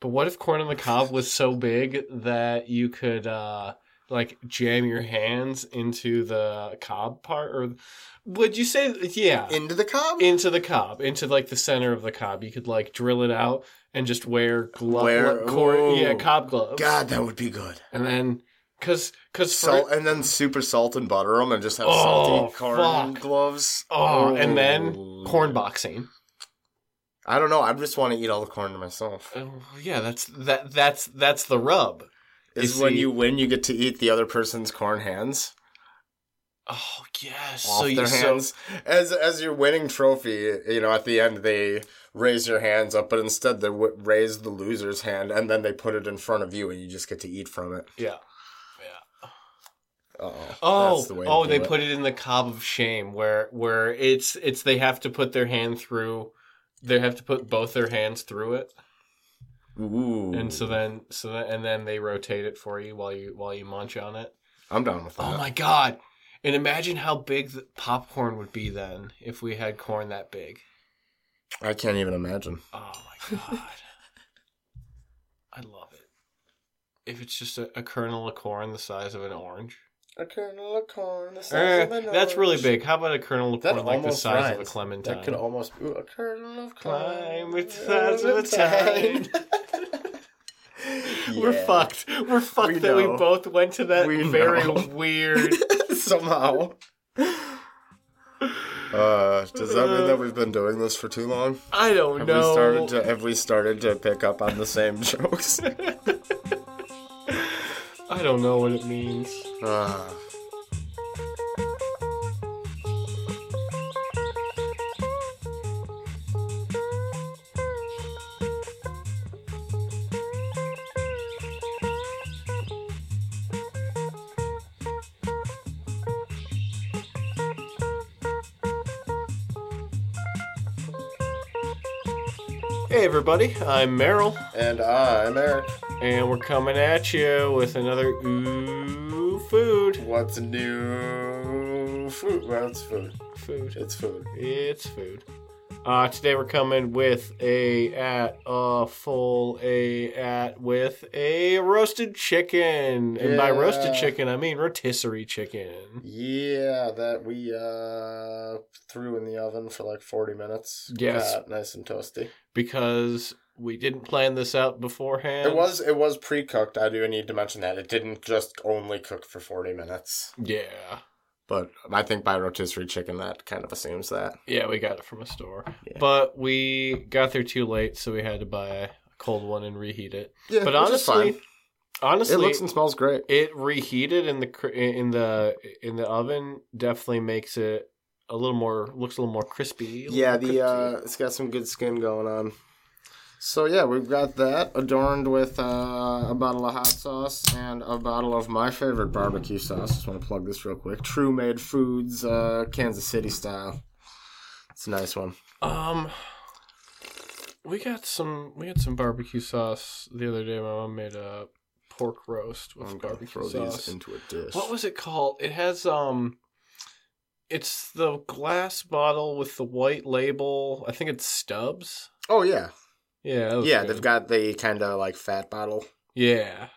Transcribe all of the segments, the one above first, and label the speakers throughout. Speaker 1: But what if corn on the cob was so big that you could uh like jam your hands into the cob part or would you say yeah
Speaker 2: Into the cob?
Speaker 1: into the cob into like the center of the cob you could like drill it out and just wear glove
Speaker 2: Wear-
Speaker 1: corn
Speaker 2: ooh.
Speaker 1: yeah cob gloves
Speaker 2: God, that would be good.
Speaker 1: and then cuz cuz
Speaker 2: Salt and then super salt and butter them and just have
Speaker 1: Oh,
Speaker 2: salty corn
Speaker 1: fuck.
Speaker 2: gloves.
Speaker 1: oh and then
Speaker 2: Ooh.
Speaker 1: corn boxing
Speaker 2: I don't know. I just want to eat all the corn to myself.
Speaker 1: Oh, yeah, that's that that's that's the rub. You
Speaker 2: Is when
Speaker 1: see-
Speaker 2: you win, you get to eat the other person's corn hands
Speaker 1: Oh yes,
Speaker 2: off
Speaker 1: so you
Speaker 2: their
Speaker 1: so,
Speaker 2: hands. As as your winning trophy, you know, at the end they raise your hands up, but instead they w- raise the loser's hand, and then they put it in front of you, and you just get to eat from it.
Speaker 1: yeah.
Speaker 2: Uh-oh.
Speaker 1: Oh,
Speaker 2: That's the way to
Speaker 1: oh,
Speaker 2: do
Speaker 1: they
Speaker 2: it.
Speaker 1: put it in the cob of shame where where it's it's they have to put their hand through. They have to put both their hands through it,
Speaker 2: Ooh.
Speaker 1: and so then so then and then they rotate it for you while you while you munch on it.
Speaker 2: I'm down with that.
Speaker 1: Oh my god! And imagine how big the popcorn would be then if we had corn that big.
Speaker 2: I can't even imagine.
Speaker 1: Oh my god. I love it. If it's just a, a kernel of corn the size of an orange.
Speaker 2: A kernel of corn, the
Speaker 1: Eh, that's really big. How about a kernel of
Speaker 2: That
Speaker 1: corn like the
Speaker 2: almost
Speaker 1: size of a
Speaker 2: rhymes.
Speaker 1: clementine?
Speaker 2: That could almost ooh, a kernel of
Speaker 1: Climb
Speaker 2: corn.
Speaker 1: with size of a time. We're
Speaker 2: Yeah.
Speaker 1: fucked. We're fucked
Speaker 2: We
Speaker 1: that we
Speaker 2: know.
Speaker 1: both went to that
Speaker 2: We
Speaker 1: very
Speaker 2: know.
Speaker 1: weird.
Speaker 2: Somehow. Uh, does that mean that we've been doing this for too long?
Speaker 1: I don't
Speaker 2: Have
Speaker 1: know.
Speaker 2: we started to have we started to pick up on the same jokes?
Speaker 1: I don't know what it means.
Speaker 2: Ah.
Speaker 1: Hey everybody, I'm Meryl,
Speaker 2: and I'm Eric.
Speaker 1: and we're coming at you with another ooh food.
Speaker 2: What's new? Food. Well, it's food.
Speaker 1: Food.
Speaker 2: It's food.
Speaker 1: It's food. Uh, today we're coming with a at a full a at with a roasted chicken, and by roasted
Speaker 2: Yeah.
Speaker 1: chicken I mean rotisserie chicken.
Speaker 2: Yeah, that we uh threw in the oven for like 40 minutes.
Speaker 1: Yes.
Speaker 2: Got nice and toasty.
Speaker 1: because we didn't plan this out beforehand.
Speaker 2: It was it was pre-cooked. I do need to mention that it didn't just only cook for 40 minutes.
Speaker 1: yeah,
Speaker 2: But I think by rotisserie chicken that kind of assumes that.
Speaker 1: yeah, we got it from a store,
Speaker 2: Yeah.
Speaker 1: but we got there too late, so we had to buy a cold one and reheat it.
Speaker 2: Yeah,
Speaker 1: But
Speaker 2: which is
Speaker 1: honestly,
Speaker 2: fine.
Speaker 1: honestly,
Speaker 2: it looks and smells great.
Speaker 1: it reheated in the cr- in the in the oven definitely makes it a little more looks a little more crispy. a little
Speaker 2: Yeah,
Speaker 1: more
Speaker 2: the
Speaker 1: crispy.
Speaker 2: uh it's got some good skin going on. So yeah, we've got that adorned with uh, a bottle of hot sauce and a bottle of my favorite barbecue sauce. Just want to plug this real quick. True Made Foods, uh, Kansas City style. It's a nice one.
Speaker 1: um we got some we had some barbecue sauce the other day. My mom made a pork roast with
Speaker 2: I'm gonna
Speaker 1: barbecue
Speaker 2: throw
Speaker 1: sauce.
Speaker 2: these into a dish.
Speaker 1: What was it called? It has um it's the glass bottle with the white label. I think it's Stubbs.
Speaker 2: Oh yeah,
Speaker 1: Yeah. that was
Speaker 2: yeah.
Speaker 1: good.
Speaker 2: They've got the kind of like fat bottle.
Speaker 1: Yeah.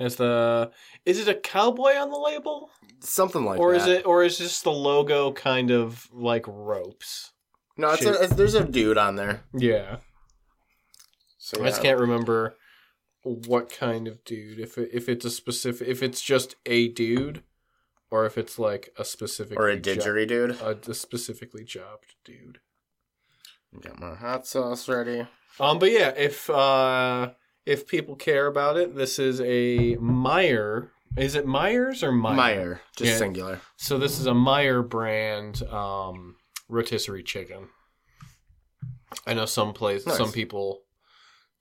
Speaker 1: As the is it a cowboy on the label?
Speaker 2: Something like
Speaker 1: or
Speaker 2: that.
Speaker 1: is it or is this the logo kind of like ropes?
Speaker 2: No, it's a, it's, there's a dude on there.
Speaker 1: Yeah.
Speaker 2: So
Speaker 1: I just can't remember what kind of dude if it, if it's a specific if it's just a dude or if it's like a specific
Speaker 2: Or a didgeridoo.
Speaker 1: a, a specifically jobbed dude.
Speaker 2: Got my hot sauce ready.
Speaker 1: Um, but yeah, if uh, if people care about it, this is a Meyer. Is it Myers or Meyer?
Speaker 2: Meyer, just
Speaker 1: Yeah.
Speaker 2: singular.
Speaker 1: So this is a Meyer brand um, rotisserie chicken. I know some places,
Speaker 2: Nice.
Speaker 1: some people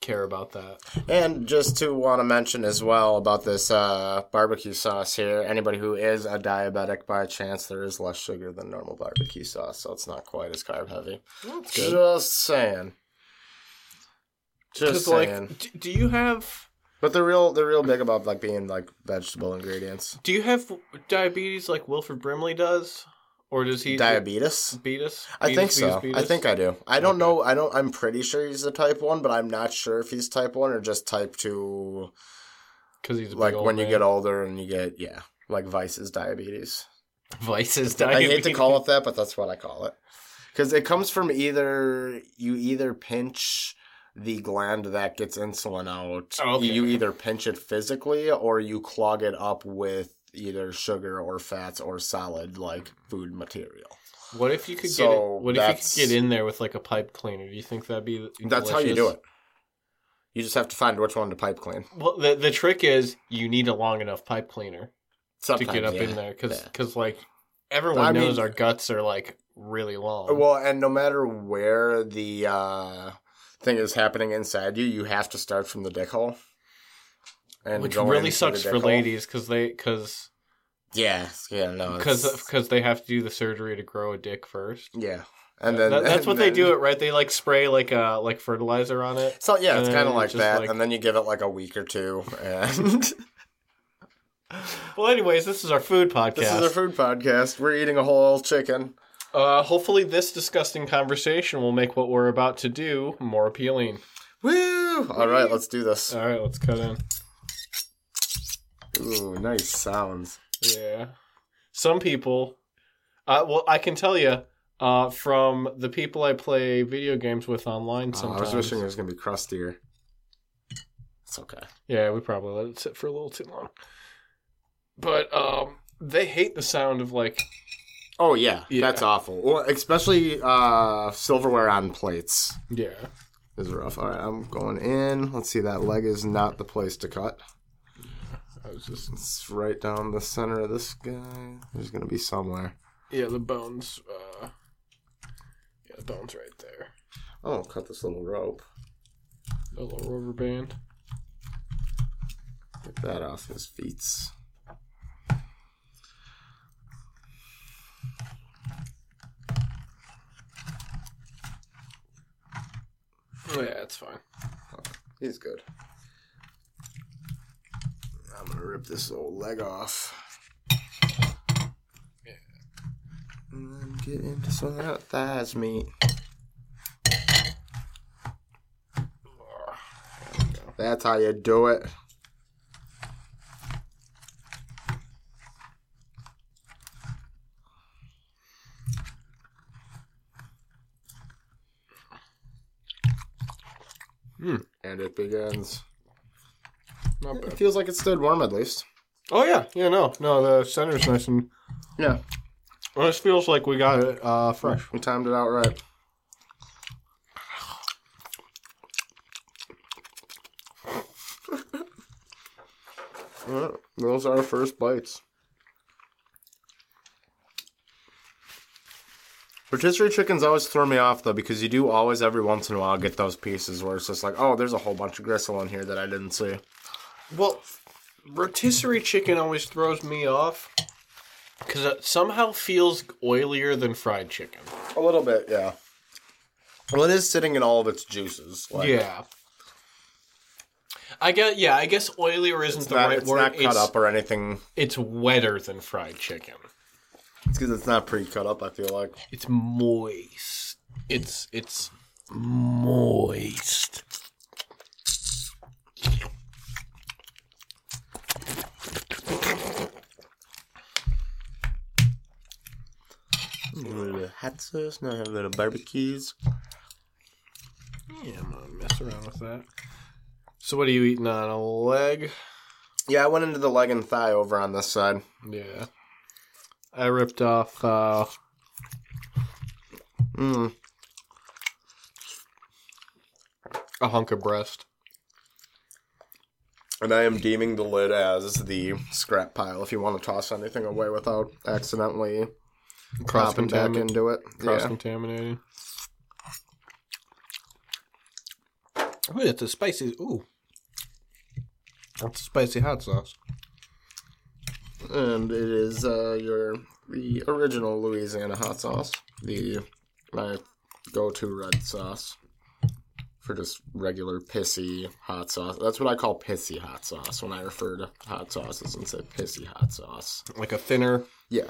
Speaker 1: care about that.
Speaker 2: And just to want to mention as well about this uh, barbecue sauce here, anybody who is a diabetic by chance, there is less sugar than normal barbecue sauce, so it's not quite as carb heavy.
Speaker 1: That's
Speaker 2: Just saying. Just saying.
Speaker 1: like, d- do you have
Speaker 2: but they're real. They're real big about like being like vegetable ingredients.
Speaker 1: do you have diabetes like Wilfred Brimley does, Or does he
Speaker 2: Diabetes.
Speaker 1: beat us?
Speaker 2: I
Speaker 1: Beat
Speaker 2: think
Speaker 1: us, beat
Speaker 2: so.
Speaker 1: us, beat
Speaker 2: I
Speaker 1: us?
Speaker 2: think I do. I don't
Speaker 1: Okay.
Speaker 2: know. I don't. I'm pretty sure he's the type one, but I'm not sure if he's type one or just type two.
Speaker 1: because he's a
Speaker 2: Like
Speaker 1: big old
Speaker 2: when you
Speaker 1: man.
Speaker 2: get older and you get yeah, like vices diabetes.
Speaker 1: vices.
Speaker 2: I hate to call it that, but that's what I call it. Because it comes from either you either pinch the gland that gets insulin out,
Speaker 1: Oh, Okay.
Speaker 2: you either pinch it physically or you clog it up with either sugar or fats or solid like food material.
Speaker 1: What if you could get
Speaker 2: So
Speaker 1: it, what if
Speaker 2: that's-
Speaker 1: you could get in there with like a pipe cleaner? Do you think that'd be
Speaker 2: That's how you do
Speaker 1: delicious?
Speaker 2: it. You just have to find which one to pipe clean.
Speaker 1: Well, the the trick is you need a long enough pipe cleaner
Speaker 2: Sometimes,
Speaker 1: to get up
Speaker 2: yeah.
Speaker 1: in there because
Speaker 2: Yeah.
Speaker 1: like everyone
Speaker 2: I mean-
Speaker 1: knows our guts are like really long.
Speaker 2: Well, and no matter where the uh, thing is happening inside you, you have to start from the dick hole. And
Speaker 1: which
Speaker 2: go
Speaker 1: really
Speaker 2: into
Speaker 1: sucks
Speaker 2: the
Speaker 1: for
Speaker 2: dick hole.
Speaker 1: ladies because they because
Speaker 2: Yeah, yeah, no, Uh, it's-
Speaker 1: because they have to do the surgery to grow a dick first.
Speaker 2: yeah, and then
Speaker 1: Uh, That- that's
Speaker 2: and
Speaker 1: what they
Speaker 2: then-
Speaker 1: do it right. They like spray like uh like fertilizer on it.
Speaker 2: So yeah, it's
Speaker 1: and
Speaker 2: kind of
Speaker 1: then
Speaker 2: like
Speaker 1: Uh, just,
Speaker 2: that,
Speaker 1: like-
Speaker 2: and then you give it like a week or two, and
Speaker 1: Well, anyways, this is our food podcast.
Speaker 2: this is a food podcast. We're eating a whole chicken.
Speaker 1: Uh, hopefully, this disgusting conversation will make what we're about to do more appealing.
Speaker 2: Woo! All right, let's do this.
Speaker 1: All right, let's cut in.
Speaker 2: Ooh, nice sounds.
Speaker 1: Yeah. Some people, uh, well, I can tell you uh, from the people I play video games with online
Speaker 2: Oh, I
Speaker 1: sometimes.
Speaker 2: was wishing it was gonna be crustier. It's okay.
Speaker 1: Yeah, we probably let it sit for a little too long. But um, they hate the sound of like
Speaker 2: Oh yeah,
Speaker 1: Yeah.
Speaker 2: that's awful. Well, especially uh, silverware on plates
Speaker 1: yeah.
Speaker 2: is rough. All right, I'm going in. Let's see. That leg is not the place to cut.
Speaker 1: I was just
Speaker 2: It's right down the center of this guy. There's gonna be somewhere.
Speaker 1: yeah the bones. Uh, yeah, the bones right there.
Speaker 2: Oh, cut this little rope.
Speaker 1: The little rubber band.
Speaker 2: Get that off his feet.
Speaker 1: Yeah, it's fine.
Speaker 2: He's good. I'm gonna rip this old leg off. And then get into some of that thighs meat. That's how you do it.
Speaker 1: Hmm.
Speaker 2: And it begins.
Speaker 1: Not bad.
Speaker 2: It feels like it stood warm at least.
Speaker 1: Oh yeah, yeah. No, no. The center's nice and.
Speaker 2: Yeah.
Speaker 1: Well, this feels like we got it uh, fresh.
Speaker 2: We timed it out right. Alright, those are our first bites. Rotisserie chickens always throw me off though because you do always every once in a while get those pieces where it's just like, oh, there's a whole bunch of gristle in here that I didn't see.
Speaker 1: Well, rotisserie chicken always throws me off because it somehow feels oilier than fried chicken.
Speaker 2: A little bit, yeah. Well, it is sitting in all of its juices. Like,
Speaker 1: yeah. I guess yeah. I guess oilier isn't
Speaker 2: it's
Speaker 1: the
Speaker 2: not,
Speaker 1: right
Speaker 2: it's
Speaker 1: word.
Speaker 2: not cut
Speaker 1: it's,
Speaker 2: up or anything.
Speaker 1: it's wetter than fried chicken.
Speaker 2: It's because it's not pre-cut up. I feel like.
Speaker 1: It's moist. It's it's moist.
Speaker 2: little hot sauce. Now have little barbecues.
Speaker 1: Yeah, I'm gonna mess around with that. So what are you eating on a leg?
Speaker 2: Yeah, I went into the leg and thigh over on this side.
Speaker 1: Yeah. I ripped off uh
Speaker 2: Mm.
Speaker 1: a hunk of breast.
Speaker 2: And I am deeming the lid as the scrap pile. If you want to toss anything away without accidentally popping back
Speaker 1: contamin-
Speaker 2: into it,
Speaker 1: cross
Speaker 2: yeah.
Speaker 1: contaminating. Ooh, that's a spicy ooh. That's a spicy hot sauce.
Speaker 2: And it is uh, your the original Louisiana hot sauce, the my go-to red sauce for just regular pissy hot sauce. That's what I call pissy hot sauce when I refer to hot sauces and say pissy hot sauce.
Speaker 1: Like a thinner
Speaker 2: Yeah,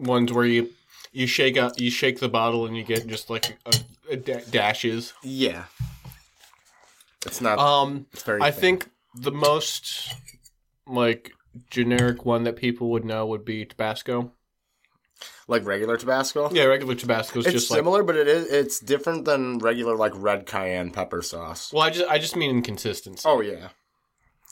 Speaker 1: ones where you you shake out, you shake the bottle, and you get just like a, a da- dashes.
Speaker 2: Yeah. It's not.
Speaker 1: Um,
Speaker 2: it's very.
Speaker 1: I
Speaker 2: thin.
Speaker 1: think the most like generic one that people would know would be Tabasco.
Speaker 2: like regular Tabasco.
Speaker 1: Yeah, regular Tabasco is
Speaker 2: it's
Speaker 1: just like.
Speaker 2: similar, but it is. It's different than regular like red cayenne pepper sauce.
Speaker 1: Well, I just I just mean in consistency,
Speaker 2: Oh yeah.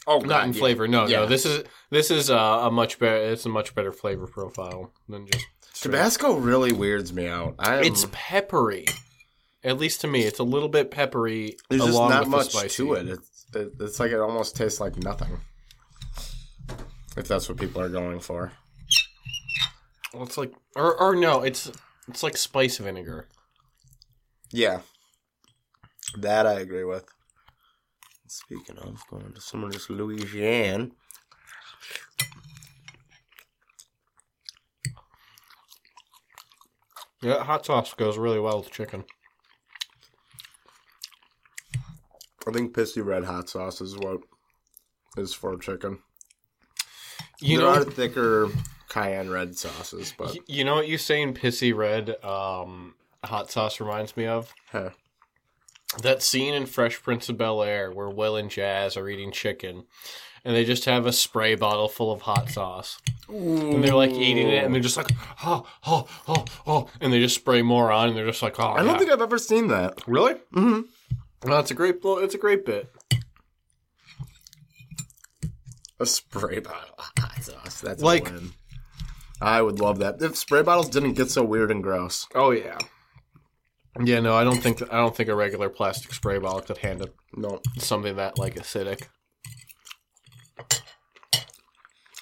Speaker 2: Oh,
Speaker 1: not in
Speaker 2: God, yeah.
Speaker 1: flavor. No, no,
Speaker 2: Yeah.
Speaker 1: this is this is a, a much better. It's a much better flavor profile than just straight-
Speaker 2: Tabasco really weirds me out. I am,
Speaker 1: It's peppery. At least to me, it's a little bit peppery.
Speaker 2: there's just
Speaker 1: along
Speaker 2: not
Speaker 1: with the
Speaker 2: much
Speaker 1: spicy.
Speaker 2: to it. It's, it. It's like it almost tastes like nothing. If that's what people are going for.
Speaker 1: Well, it's like, or or no, it's it's like spice vinegar.
Speaker 2: Yeah. That I agree with. Speaking of going to some of this Louisiana.
Speaker 1: Yeah, that hot sauce goes really well with chicken.
Speaker 2: I think pissy red hot sauce is what is for chicken.
Speaker 1: You
Speaker 2: there
Speaker 1: know,
Speaker 2: are thicker cayenne red sauces, but
Speaker 1: y- you know what you saying pissy red um, hot sauce reminds me of
Speaker 2: huh.
Speaker 1: that scene in Fresh Prince of Bel Air where Will and Jazz are eating chicken, and they just have a spray bottle full of hot sauce. And they're like eating it, and they're just like, oh, oh, oh, oh, and they just spray more on, and they're just like, oh.
Speaker 2: I don't
Speaker 1: yeah.
Speaker 2: think I've ever seen that.
Speaker 1: really.
Speaker 2: Mm-hmm.
Speaker 1: No, it's a great. Well, it's a great bit.
Speaker 2: A spray bottle of hot sauce. That's
Speaker 1: Like-
Speaker 2: like. A win. I would love that. If spray bottles didn't get so weird and gross.
Speaker 1: Oh yeah. Yeah, no, I don't think I don't think a regular plastic spray bottle could handle
Speaker 2: No.
Speaker 1: something that like acidic.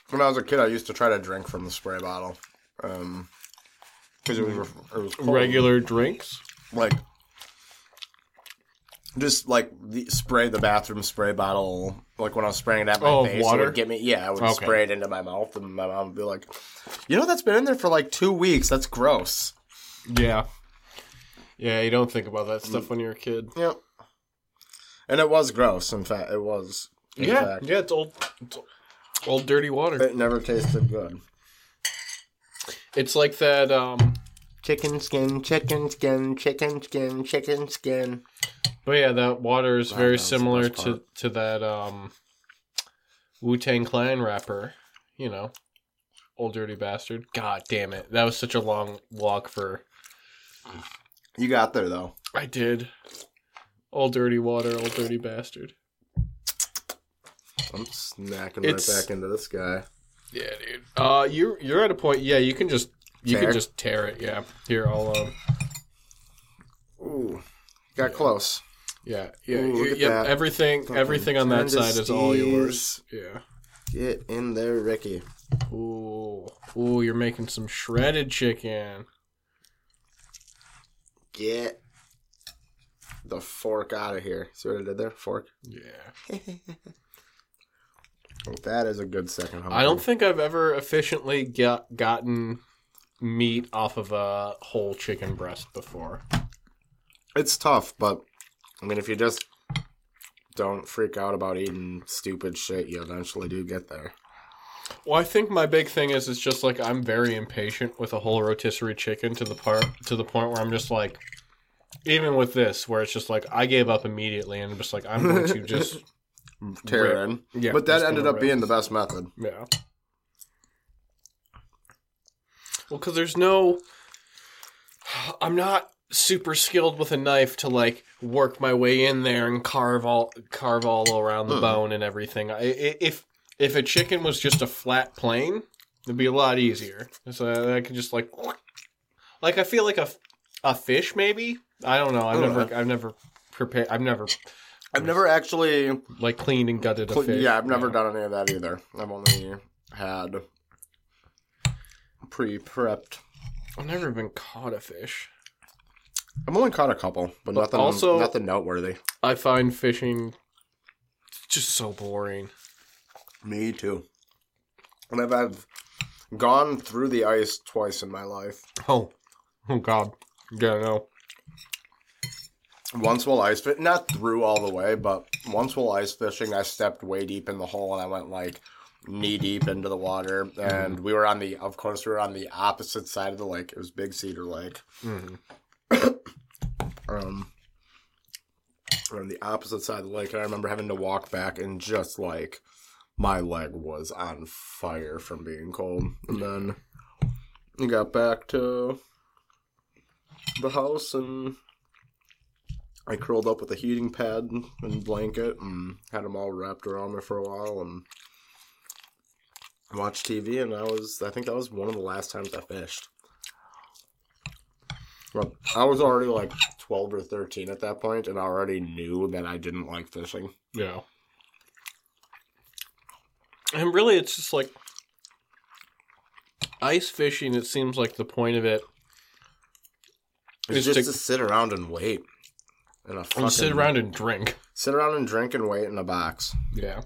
Speaker 2: When I was a kid, I used to try to drink from the spray bottle. Um, because it was, it was cold.
Speaker 1: Regular drinks.
Speaker 2: like just like the, spray the bathroom spray bottle like when I was spraying it at my
Speaker 1: Oh,
Speaker 2: face,
Speaker 1: water?
Speaker 2: it would get me. Yeah, I would
Speaker 1: Okay.
Speaker 2: spray it into my mouth, and my mom would be like, "You know that's been in there for like two weeks. That's gross."
Speaker 1: Yeah. Yeah, you don't think about that stuff when you're a kid.
Speaker 2: Yep. And it was gross. In fact, it was. In
Speaker 1: yeah,
Speaker 2: fact,
Speaker 1: yeah, it's old, it's old dirty water.
Speaker 2: it never tasted good.
Speaker 1: It's like that. um
Speaker 2: Chicken skin, chicken skin, chicken skin, chicken skin.
Speaker 1: But oh, yeah, that water is
Speaker 2: Wow,
Speaker 1: very
Speaker 2: that was the
Speaker 1: similar
Speaker 2: best
Speaker 1: to to that um Wu Tang Clan rapper. You know, old dirty bastard. God damn it, that was such a long walk for
Speaker 2: You got there though.
Speaker 1: I did. All dirty water, all dirty bastard.
Speaker 2: I'm snacking
Speaker 1: It's-
Speaker 2: right back into this guy.
Speaker 1: Yeah, dude. Uh, you you're at a point. Yeah, you can just you
Speaker 2: Tear?
Speaker 1: can just tear it. Yeah. Here, I'll um.
Speaker 2: Ooh, got close.
Speaker 1: Yeah, yeah.
Speaker 2: Ooh,
Speaker 1: you-
Speaker 2: look at
Speaker 1: yep,
Speaker 2: that.
Speaker 1: Everything everything on that
Speaker 2: Fucking
Speaker 1: side is all yours.
Speaker 2: Sandusky's.
Speaker 1: Yeah.
Speaker 2: Get in there, Ricky.
Speaker 1: Ooh, ooh, you're making some shredded chicken.
Speaker 2: Get the fork out of here. See what I did there? Fork.
Speaker 1: Yeah.
Speaker 2: That is a good second.
Speaker 1: I don't think I've ever efficiently got gotten meat off of a whole chicken breast before.
Speaker 2: It's tough, but I mean, if you just don't freak out about eating stupid shit, you eventually do get there.
Speaker 1: Well, I think my big thing is it's just like I'm very impatient with a whole rotisserie chicken to the part to the point where I'm just like, even with this, where it's just like I gave up immediately and I'm just like I'm going to just
Speaker 2: Tear
Speaker 1: Rip.
Speaker 2: in.
Speaker 1: yeah.
Speaker 2: but that
Speaker 1: just
Speaker 2: ended
Speaker 1: gonna
Speaker 2: up
Speaker 1: rip.
Speaker 2: being the best method.
Speaker 1: yeah. Well, because there's no, I'm not super skilled with a knife to like work my way in there and carve all carve all around the
Speaker 2: Hmm.
Speaker 1: bone and everything. I, i- if if a chicken was just a flat plane, it'd be a lot easier. So I could just like, like I feel like a a fish maybe. I don't know. I've
Speaker 2: I don't
Speaker 1: never I've never prepared. I've never
Speaker 2: I've never actually.
Speaker 1: like cleaned and gutted a
Speaker 2: Cle-
Speaker 1: fish.
Speaker 2: yeah, I've never done any of that either. I've only had pre-prepped.
Speaker 1: I've never even caught a fish.
Speaker 2: I've only caught a couple, but
Speaker 1: But
Speaker 2: nothing.
Speaker 1: also-
Speaker 2: nothing noteworthy.
Speaker 1: I find fishing just so boring.
Speaker 2: Me too. And I've, I've gone through the ice twice in my life.
Speaker 1: Oh, oh God, yeah, no.
Speaker 2: Once while ice fishing, not through all the way, but once while ice fishing, I stepped way deep in the hole and I went like knee deep into the water, and we were on the, of course, we were on the opposite side of the lake. It was Big Cedar Lake.
Speaker 1: Mhm.
Speaker 2: Um, we we're on the opposite side of the lake, and I remember having to walk back, and just like my leg was on fire from being cold. And then we got back to the house, and I curled up with a heating pad and blanket, and had them all wrapped around me for a while, and watched TV, and I was I think that was one of the last times I fished. Well, I was already like twelve or thirteen at that point, and I already knew that I didn't like fishing.
Speaker 1: Yeah. And really, it's just like ice fishing. It seems like the point of it
Speaker 2: It's
Speaker 1: It's
Speaker 2: just
Speaker 1: to-
Speaker 2: to sit around and wait, and a fucking,
Speaker 1: and sit around and drink.
Speaker 2: sit around and drink and wait in a box.
Speaker 1: Yeah,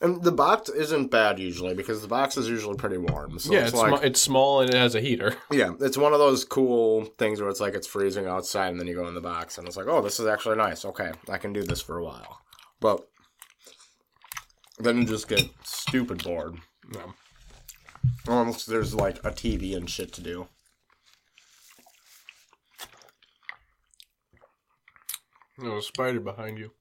Speaker 2: And the box isn't bad usually because the box is usually pretty warm. So
Speaker 1: yeah.
Speaker 2: it's,
Speaker 1: It's
Speaker 2: like
Speaker 1: sma- it's small and it has a heater.
Speaker 2: yeah, it's one of those cool things where it's like it's freezing outside, and then you go in the box, and it's like, oh, this is actually nice. Okay, I can do this for a while, but then you just get stupid bored.
Speaker 1: Yeah.
Speaker 2: Unless there's like a TV and shit to do.
Speaker 1: There's a spider behind you.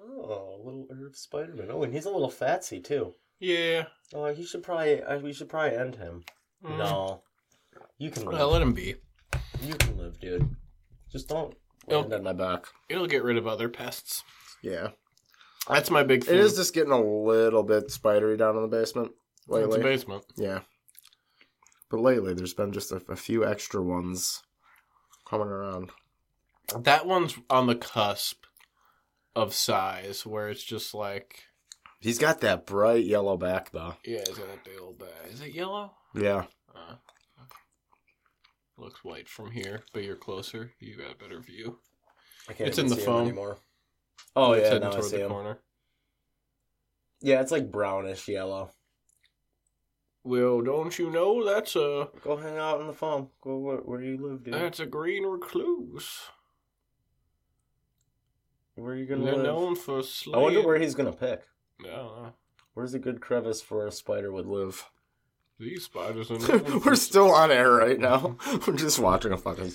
Speaker 3: Oh, little Irv Spider-Man. Oh, and he's a little fatsy too.
Speaker 1: Yeah.
Speaker 3: Oh, he should probably. Uh, we should probably end him.
Speaker 1: Mm.
Speaker 3: No, you can
Speaker 1: Yeah,
Speaker 3: live.
Speaker 1: let him be.
Speaker 3: You can live, dude. Just don't.
Speaker 1: Nope.
Speaker 2: And my back.
Speaker 1: It'll get rid of other pests.
Speaker 2: Yeah.
Speaker 1: That's my big thing.
Speaker 2: It is just getting a little bit spidery down in the basement
Speaker 1: It's a
Speaker 2: lately.
Speaker 1: basement.
Speaker 2: yeah. But lately, there's been just a, a few extra ones coming around.
Speaker 1: That one's on the cusp of size, where it's just like,
Speaker 2: He's got that bright yellow back, though.
Speaker 1: yeah, it's got a big old bag. Is it yellow?
Speaker 2: Yeah.
Speaker 1: Uh, looks white from here, but you're closer. You got a better view.
Speaker 3: I can't
Speaker 1: It's
Speaker 3: even
Speaker 1: in the
Speaker 3: see him
Speaker 1: phone.
Speaker 3: anymore. Oh
Speaker 1: it's
Speaker 3: yeah,
Speaker 1: heading
Speaker 3: now I
Speaker 1: toward
Speaker 3: see
Speaker 1: the
Speaker 3: him.
Speaker 1: corner.
Speaker 3: Yeah, it's like brownish yellow.
Speaker 1: Well, don't you know that's a
Speaker 3: Go hang out in the farm. Go where, where you live, dude.
Speaker 1: that's a green recluse.
Speaker 3: where you
Speaker 1: They're
Speaker 3: gonna live?
Speaker 1: known for
Speaker 3: I
Speaker 1: slaying.
Speaker 3: wonder where he's gonna pick.
Speaker 1: I don't know.
Speaker 3: Where's a good crevice for a spider would live?
Speaker 1: These spiders are known for,
Speaker 2: We're still on air right now. We're just watching a fucking.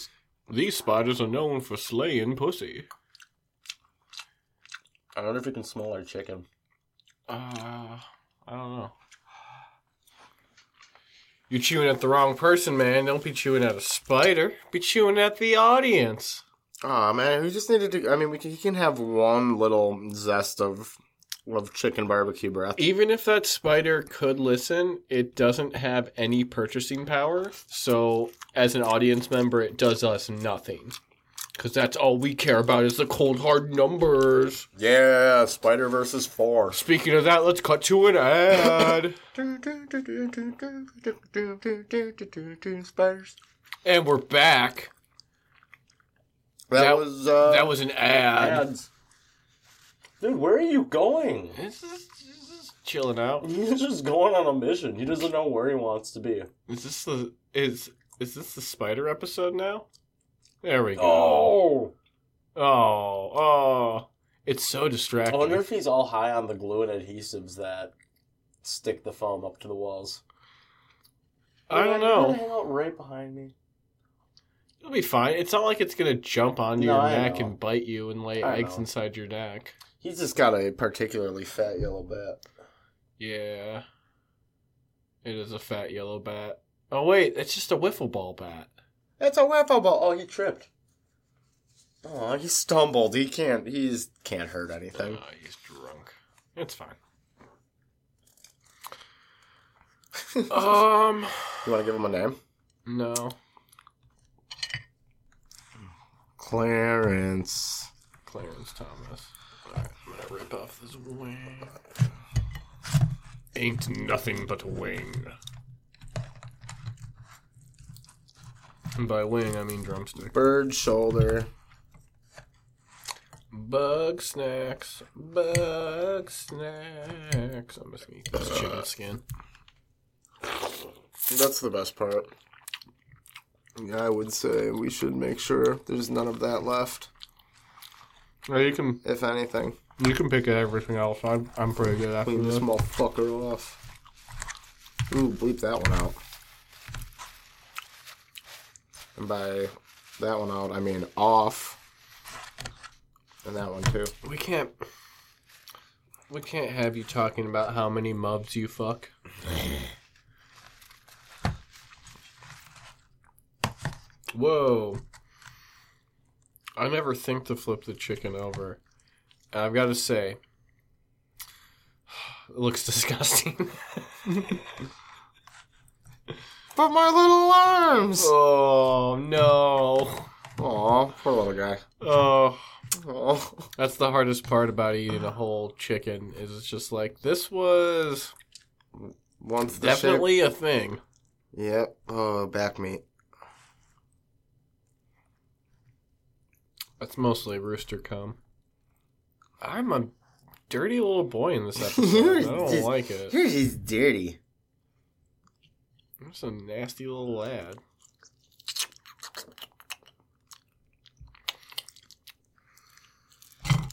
Speaker 1: these spiders are known for slaying pussy.
Speaker 3: I wonder if we can smell our chicken.
Speaker 1: Uh, I don't know. You're chewing at the wrong person, man. Don't be chewing at a spider. Be chewing at the audience.
Speaker 2: Aw, man. We just needed to. I mean, we can, he can have one little zest of of chicken barbecue breath.
Speaker 1: Even if that spider could listen, it doesn't have any purchasing power. So, as an audience member, it does us nothing. Because that's all we care about is the cold hard numbers.
Speaker 2: Yeah, Spider versus Four.
Speaker 1: Speaking of that, let's cut to an ad.
Speaker 2: Spiders.
Speaker 1: and we're back.
Speaker 2: That,
Speaker 1: That-
Speaker 2: was uh,
Speaker 1: That was an ad.
Speaker 3: Ads. Dude, where are you going?
Speaker 1: This is, this is chilling out.
Speaker 3: He's just going on a mission. He doesn't know where he wants to be.
Speaker 1: Is this the is is this the spider episode now? There we go.
Speaker 3: Oh!
Speaker 1: Oh, oh, it's so
Speaker 3: I
Speaker 1: distracting.
Speaker 3: wonder if he's all high on the glue and adhesives that stick the foam up to the walls.
Speaker 1: I
Speaker 3: Yeah,
Speaker 1: don't
Speaker 3: you gotta
Speaker 1: know.
Speaker 3: Hang out right behind me.
Speaker 1: It'll be fine. It's not like it's gonna jump onto
Speaker 3: No,
Speaker 1: your
Speaker 3: I
Speaker 1: neck
Speaker 3: know.
Speaker 1: and bite you and lay
Speaker 3: I
Speaker 1: eggs
Speaker 3: know.
Speaker 1: inside your neck.
Speaker 3: He's
Speaker 2: just
Speaker 3: just
Speaker 2: got a particularly fat yellow bat.
Speaker 1: Yeah, it is a fat yellow bat. Oh wait, it's just a wiffle ball bat.
Speaker 2: That's a wiffle ball.
Speaker 3: oh, he tripped.
Speaker 2: Oh, he stumbled. He can't. He's can't hurt anything.
Speaker 1: Oh, he's drunk. It's fine. um,
Speaker 2: You want to give him a name?
Speaker 1: no.
Speaker 2: Clarence.
Speaker 1: Clarence Thomas. Alright, I'm gonna rip off this wing. Ain't nothing but wing. And by wing, I mean drumstick.
Speaker 2: Bird shoulder.
Speaker 1: Bug snacks. Bug snacks. I'm just gonna eat this chicken skin.
Speaker 2: That's the best part. Yeah, I would say we should make sure there's none of that left,
Speaker 1: Or you can
Speaker 2: if anything.
Speaker 1: You can pick at everything else. I'm, I'm pretty good after
Speaker 2: Clean this
Speaker 1: this.
Speaker 2: motherfucker off. Ooh, bleep that one out. And by that one out, I mean off. And that one too.
Speaker 1: We can't. We can't have you talking about how many mubs you fuck. Whoa. I never think to flip the chicken over. And I've got to say, it looks disgusting.
Speaker 2: But my little arms!
Speaker 1: oh, no.
Speaker 2: Aw, poor little guy.
Speaker 1: Oh.
Speaker 2: Oh,
Speaker 1: That's the hardest part about eating a whole chicken is it's just like this was
Speaker 2: Once the Shape.
Speaker 1: definitely a thing.
Speaker 2: Yep. Oh, back meat.
Speaker 1: That's mostly rooster cum. I'm a dirty little boy in this
Speaker 2: You're
Speaker 1: episode. I don't
Speaker 2: just-
Speaker 1: like it.
Speaker 2: Yours is dirty.
Speaker 1: I'm just a nasty little lad.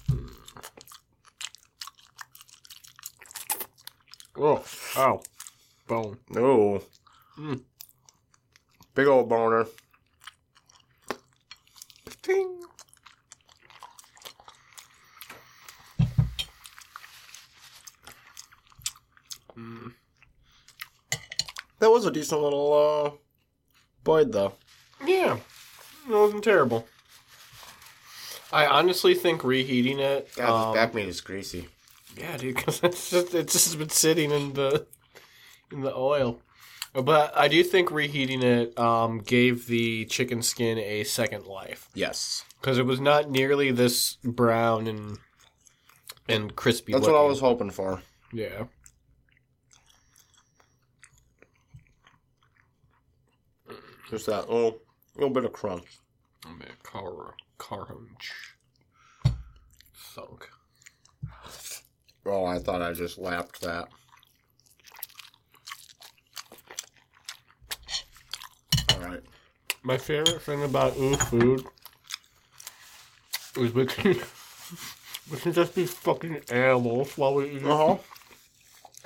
Speaker 1: Hmm. Oh, ow, bone.
Speaker 2: No.
Speaker 1: Mm.
Speaker 2: Big old boner.
Speaker 1: Ding. Mm.
Speaker 2: That was a decent little uh, Boyd though.
Speaker 1: Yeah, it wasn't terrible. I honestly think reheating it.
Speaker 2: God,
Speaker 1: um,
Speaker 2: this back meat is greasy.
Speaker 1: Yeah, dude, because it's just it's just been sitting in the in the oil. But I do think reheating it um, gave the chicken skin a second life
Speaker 2: Yes.
Speaker 1: because it was not nearly this brown and and crispy.
Speaker 2: That's what I
Speaker 1: looking.
Speaker 2: was hoping for.
Speaker 1: Yeah.
Speaker 2: Just that little, little bit of crunch.
Speaker 1: I'm a car carhunch. Thunk.
Speaker 2: Oh, I thought I just lapped that. All right.
Speaker 1: My favorite thing about ooh food is we can we can just be fucking animals while we eat. it.
Speaker 2: Uh huh.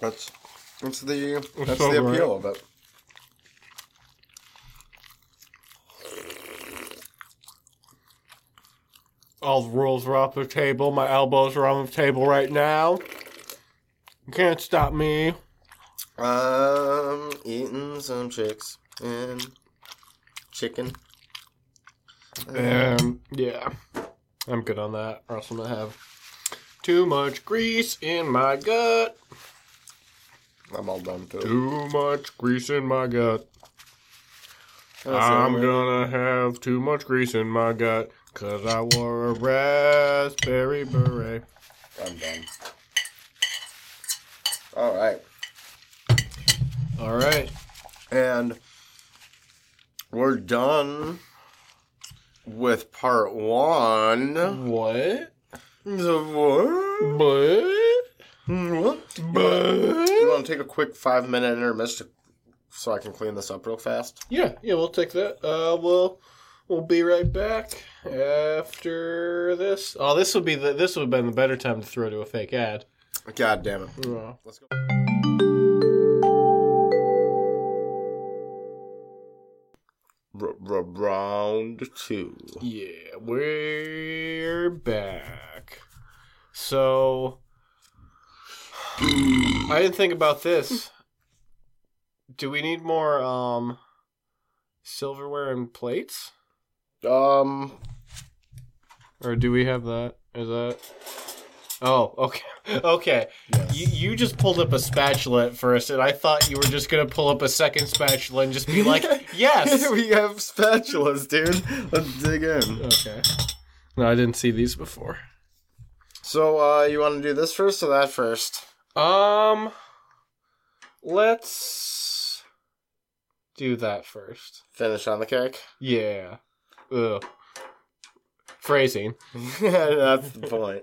Speaker 2: That's that's the that's
Speaker 1: so
Speaker 2: the
Speaker 1: right.
Speaker 2: appeal of it.
Speaker 1: All the rules are off the table. My elbows are on the table right now. You can't stop me.
Speaker 2: Um, eating some chicks and chicken.
Speaker 1: Um, yeah, I'm good on that. Or else I'm gonna have too much grease in my gut.
Speaker 2: I'm all done too.
Speaker 1: Too much grease in my gut.
Speaker 2: That's the
Speaker 1: I'm
Speaker 2: only-
Speaker 1: gonna have too much grease in my gut because I wore a raspberry beret.
Speaker 2: I'm done. All right,
Speaker 1: All right.
Speaker 2: and we're done with part one.
Speaker 1: What?
Speaker 2: The what?
Speaker 1: But,
Speaker 2: What? You
Speaker 1: but.
Speaker 2: want to take a quick five minute intermission so I can clean this up real fast?
Speaker 1: Yeah, yeah, we'll take that. Uh, we'll we'll be right back after this. Oh, this would be the this would have been the better time to throw to a fake ad.
Speaker 2: God damn it. Let's go. R- r- round two.
Speaker 1: Yeah, we're back. So I didn't think about this. Do we need more um silverware and plates?
Speaker 2: Um,
Speaker 1: Or do we have that? Is that Oh, okay. Okay. You, you just pulled up a spatula at first and I thought you were just going to pull up a second spatula and just be like, "Yes."
Speaker 2: we have spatulas, dude. Let's dig in.
Speaker 1: Okay. No, I didn't see these before.
Speaker 2: So, uh, you want to do this first or that first?
Speaker 1: Um, let's do that first.
Speaker 2: Finish on the cake.
Speaker 1: Yeah. Ugh. Phrasing.
Speaker 2: That's the point.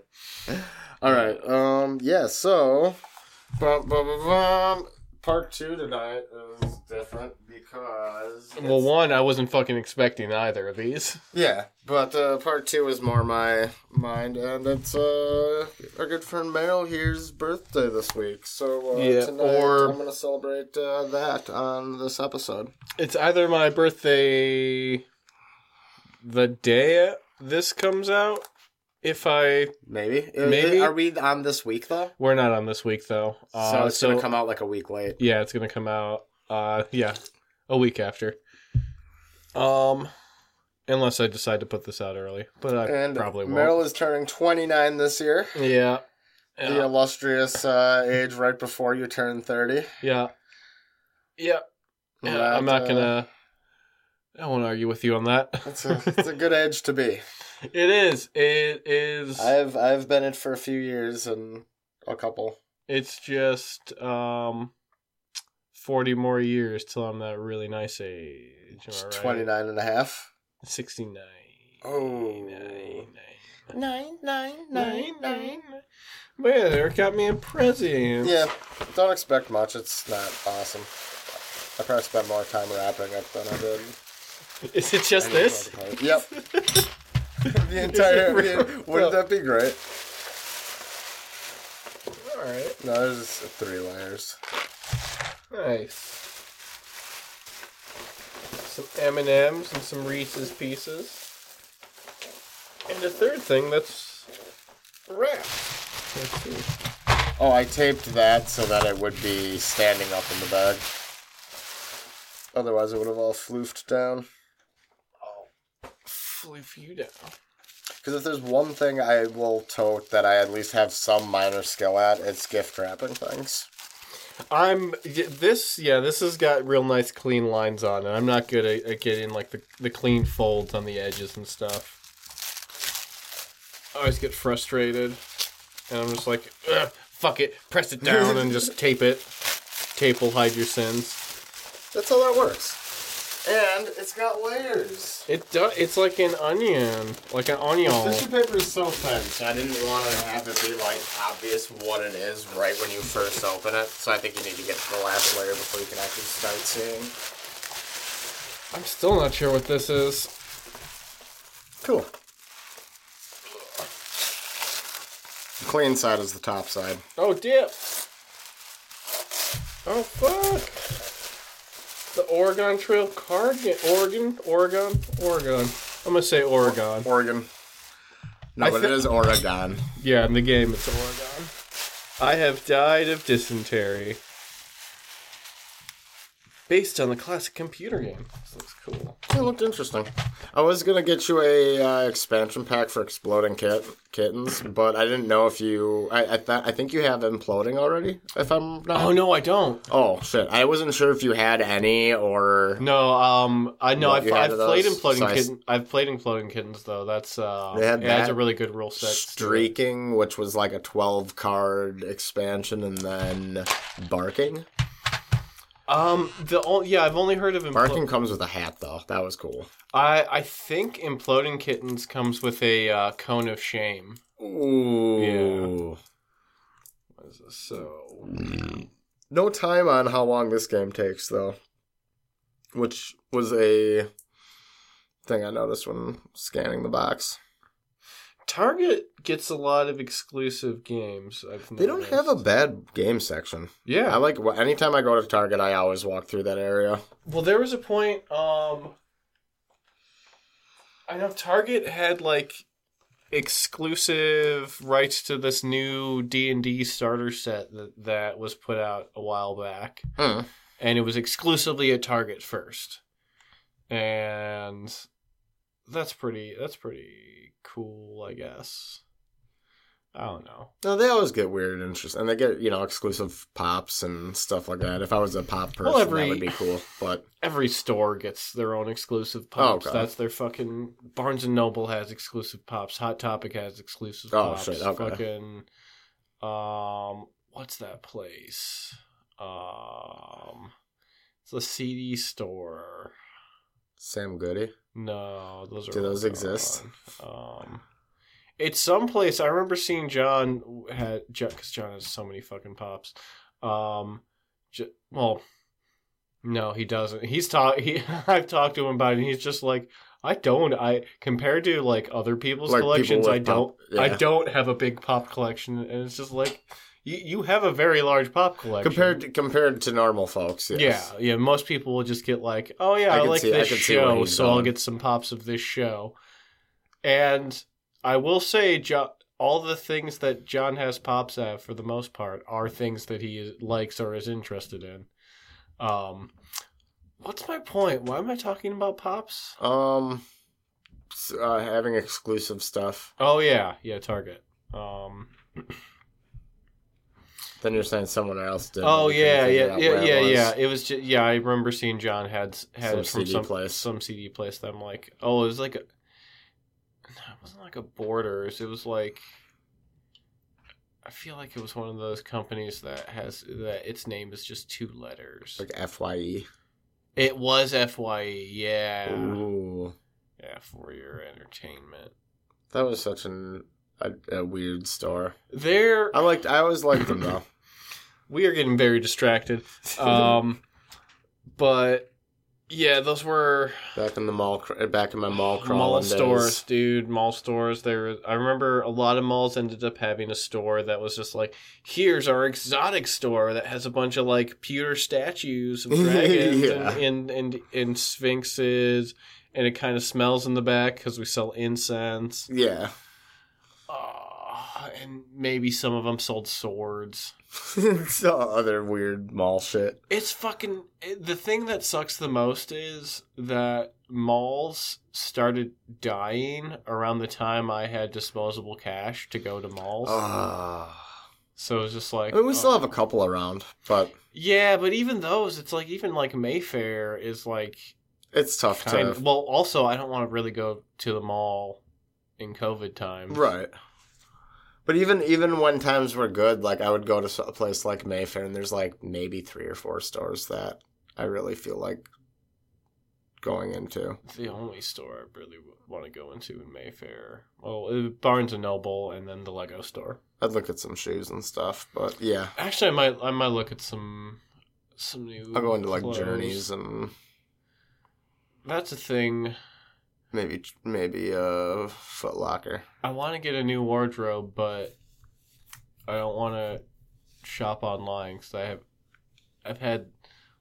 Speaker 2: All right. Um. Yeah. So, bum, bum, bum, bum. part two tonight is different because.
Speaker 1: Well, one I wasn't fucking expecting either of these.
Speaker 2: Yeah, but uh, part two is more my mind, and it's uh, our good friend Meryl here's birthday this week, so uh,
Speaker 1: Yeah,
Speaker 2: tonight
Speaker 1: or-
Speaker 2: I'm gonna celebrate uh, that on this episode.
Speaker 1: It's either my birthday, the day this comes out. If I
Speaker 2: Maybe, Uh,
Speaker 1: Maybe.
Speaker 2: Are we on this week though?
Speaker 1: we're not on this week though, uh,
Speaker 2: so it's gonna come out like a week late.
Speaker 1: yeah, it's gonna come out. Uh, yeah, a week after. Um, unless I decide to put this out early, but I
Speaker 2: And
Speaker 1: probably won't.
Speaker 2: Meryl is turning 29 this year.
Speaker 1: Yeah. Yeah.
Speaker 2: The illustrious uh, age right before you turn 30.
Speaker 1: Yeah. Yeah. Yeah, I'm
Speaker 2: That,
Speaker 1: not
Speaker 2: uh,
Speaker 1: gonna. I won't argue with you on that.
Speaker 2: It's a, it's a good age to be.
Speaker 1: it is. It is.
Speaker 2: I've I've been it for a few years and a couple.
Speaker 1: It's just um, forty more years till I'm that really nice age. Am I right?
Speaker 2: 29 and a half.
Speaker 1: Sixty-nine.
Speaker 2: Oh.
Speaker 1: Nine.
Speaker 2: Nine, nine,
Speaker 1: Nine. Nine. Man, Eric got me a present.
Speaker 2: Yeah, don't expect much. It's not awesome. I probably spent more time wrapping it than I did.
Speaker 1: Is it just this?
Speaker 2: Yep. the entire. wouldn't that be great?
Speaker 1: All right.
Speaker 2: No, there's just three layers.
Speaker 1: Nice. Some M and M's and some Reese's pieces, and a third thing that's wrapped. Let's see.
Speaker 2: Oh, I taped that so that it would be standing up in the bag. Otherwise, it would have all floofed down.
Speaker 1: Floof you down.
Speaker 2: Because if there's one thing I will tote that I at least have some minor skill at, it's gift wrapping things.
Speaker 1: I'm y- this. Yeah, this has got real nice clean lines on it. I'm not good at, at getting like the the clean folds on the edges and stuff. I always get frustrated, and I'm just like, "Ugh, fuck it, press it down and just tape it. Tape will hide your sins.
Speaker 2: That's how that works. And it's got layers.
Speaker 1: It does. It's like an onion, like an
Speaker 2: Tissue
Speaker 1: onion.
Speaker 2: paper is so thin, so I didn't want to have it be like obvious what it is right when you first open it. So I think you need to get to the last layer before you can actually start seeing.
Speaker 1: I'm still not sure what this is.
Speaker 2: Cool. The clean side is the top side.
Speaker 1: Oh, dip. Oh fuck. The Oregon Trail card game. Oregon, Oregon, Oregon. I'm gonna say Oregon.
Speaker 2: Oregon. No,
Speaker 1: I
Speaker 2: but
Speaker 1: thi-
Speaker 2: it is Oregon.
Speaker 1: Yeah, in the game it's Oregon. I have died of dysentery. Based on the classic computer game. This looks cool.
Speaker 2: It looked interesting. I was gonna get you a uh, expansion pack for exploding kit- kittens, but I didn't know if you. I I, th- I think you have imploding already. If I'm not.
Speaker 1: Oh no, I don't.
Speaker 2: Oh shit! I wasn't sure if you had any or
Speaker 1: No, um, I know
Speaker 2: What,
Speaker 1: I've,
Speaker 2: you had
Speaker 1: I've
Speaker 2: of those?
Speaker 1: played Imploding
Speaker 2: So I s-
Speaker 1: Kitten. I've played Imploding Kittens though. That's uh,
Speaker 2: They had
Speaker 1: it has
Speaker 2: that
Speaker 1: a really good rule set. to it.
Speaker 2: streaking, which was like a twelve card expansion, and then barking.
Speaker 1: Um, the o- yeah, I've only heard of
Speaker 2: Barking
Speaker 1: Impl-
Speaker 2: comes with a hat though. That was cool.
Speaker 1: I I think Imploding Kittens comes with a uh, cone of shame.
Speaker 2: Ooh.
Speaker 1: So
Speaker 2: No time on how long this game takes though, which was a thing I noticed when scanning the box.
Speaker 1: Target gets a lot of exclusive games. I've
Speaker 2: They don't have a bad game section.
Speaker 1: yeah.
Speaker 2: I like well, anytime I go to Target, I always walk through that area.
Speaker 1: Well, there was a point. Um, I know Target had like exclusive rights to this new D and D starter set that that was put out a while back,
Speaker 2: Hmm.
Speaker 1: and it was exclusively at Target first, and that's pretty. That's pretty cool, I guess. I don't know.
Speaker 2: No, they always get weird and interest, and they get you know exclusive pops and stuff like that. If I was a pop person,
Speaker 1: Well, every-
Speaker 2: that would be cool. But
Speaker 1: every store gets their own
Speaker 2: Oh,
Speaker 1: exclusive pops.
Speaker 2: Okay.
Speaker 1: That's their fucking Barnes and Noble has exclusive pops. Hot Topic has exclusive
Speaker 2: Oh,
Speaker 1: pops.
Speaker 2: shit, okay.
Speaker 1: Fucking um, what's that place? Um, it's a CD store.
Speaker 2: Sam Goody,
Speaker 1: No, those are
Speaker 2: Do
Speaker 1: all
Speaker 2: those exist?
Speaker 1: gone. Um, it's someplace I remember seeing John had because John has so many fucking pops. Um, j- well, No, he doesn't. He's talk. He I've talked to him about it. and He's just like, I don't. I compared to like other people's
Speaker 2: Like people
Speaker 1: collections,
Speaker 2: with
Speaker 1: I don't.
Speaker 2: pop- yeah.
Speaker 1: I don't have a big pop collection, and it's just like, you you have a very large pop collection
Speaker 2: compared to, compared to normal folks. Yes.
Speaker 1: Yeah, yeah. Most people will just get like, oh yeah,
Speaker 2: I
Speaker 1: I,
Speaker 2: can
Speaker 1: like
Speaker 2: see- I
Speaker 1: this
Speaker 2: can see where
Speaker 1: show,
Speaker 2: he's
Speaker 1: so I'll
Speaker 2: going.
Speaker 1: get some pops of this show. And I will say, jo- all the things that John has pops at, for the most part, are things that he is- likes or is interested in. Um, what's my point? Why am I talking about pops?
Speaker 2: Um, s- uh, having exclusive stuff.
Speaker 1: Oh yeah, yeah. Target. Um,
Speaker 2: Then you're saying someone else did.
Speaker 1: oh
Speaker 2: it. You
Speaker 1: yeah,
Speaker 2: couldn't figure
Speaker 1: yeah,
Speaker 2: out
Speaker 1: yeah,
Speaker 2: where it
Speaker 1: yeah,
Speaker 2: was.
Speaker 1: yeah. It was just yeah. I remember seeing John had s- had
Speaker 2: Some
Speaker 1: it from
Speaker 2: CD
Speaker 1: some
Speaker 2: place.
Speaker 1: some CD place. That I'm like, oh, it was like a, no, it wasn't like a Borders. It was like, I feel like it was one of those companies that has that its name is just two letters.
Speaker 2: Like E. Fye.
Speaker 1: It was Fye, yeah,
Speaker 2: Ooh,
Speaker 1: yeah, for your entertainment.
Speaker 2: that was such an a, a weird store.
Speaker 1: There,
Speaker 2: I liked. I always liked them though.
Speaker 1: we are getting very distracted. Um, but yeah, those were
Speaker 2: back in the mall, cr- back in my mall crawling
Speaker 1: mall
Speaker 2: days.
Speaker 1: stores, dude. Mall stores. There, I remember a lot of malls ended up having a store that was just like, here's our exotic store that has a bunch of like pewter statues of dragons
Speaker 2: Yeah.
Speaker 1: and, and and and sphinxes, and it kind of smells in the back because we sell incense.
Speaker 2: Yeah.
Speaker 1: Ah, and maybe some of them sold swords.
Speaker 2: Saw other weird mall shit.
Speaker 1: It's fucking it- the thing that sucks the most is that malls started dying around the time I had disposable cash to go to malls.
Speaker 2: Uh, Ah.
Speaker 1: so it's just like
Speaker 2: I mean, we
Speaker 1: oh.
Speaker 2: still have a couple around, but
Speaker 1: yeah, but even those, it's like even like Mayfair is like
Speaker 2: it's tough
Speaker 1: kind.
Speaker 2: to.
Speaker 1: well, also I don't want to really go to the mall in COVID times.
Speaker 2: Right. But even even when times were good, like I would go to a place like Mayfair, and there's like maybe three or four stores that I really feel like going into.
Speaker 1: It's the only store I really want to go into in Mayfair. Well, uh, Barnes and Noble, and then the Lego store.
Speaker 2: I'd look at some shoes and stuff, but yeah,
Speaker 1: Actually, I might I might look at some some new.
Speaker 2: I'll go into like
Speaker 1: clothes.
Speaker 2: Journeys and
Speaker 1: That's a thing.
Speaker 2: maybe maybe uh Foot Locker.
Speaker 1: I want to get a new wardrobe, but I don't want to shop online because I have I've had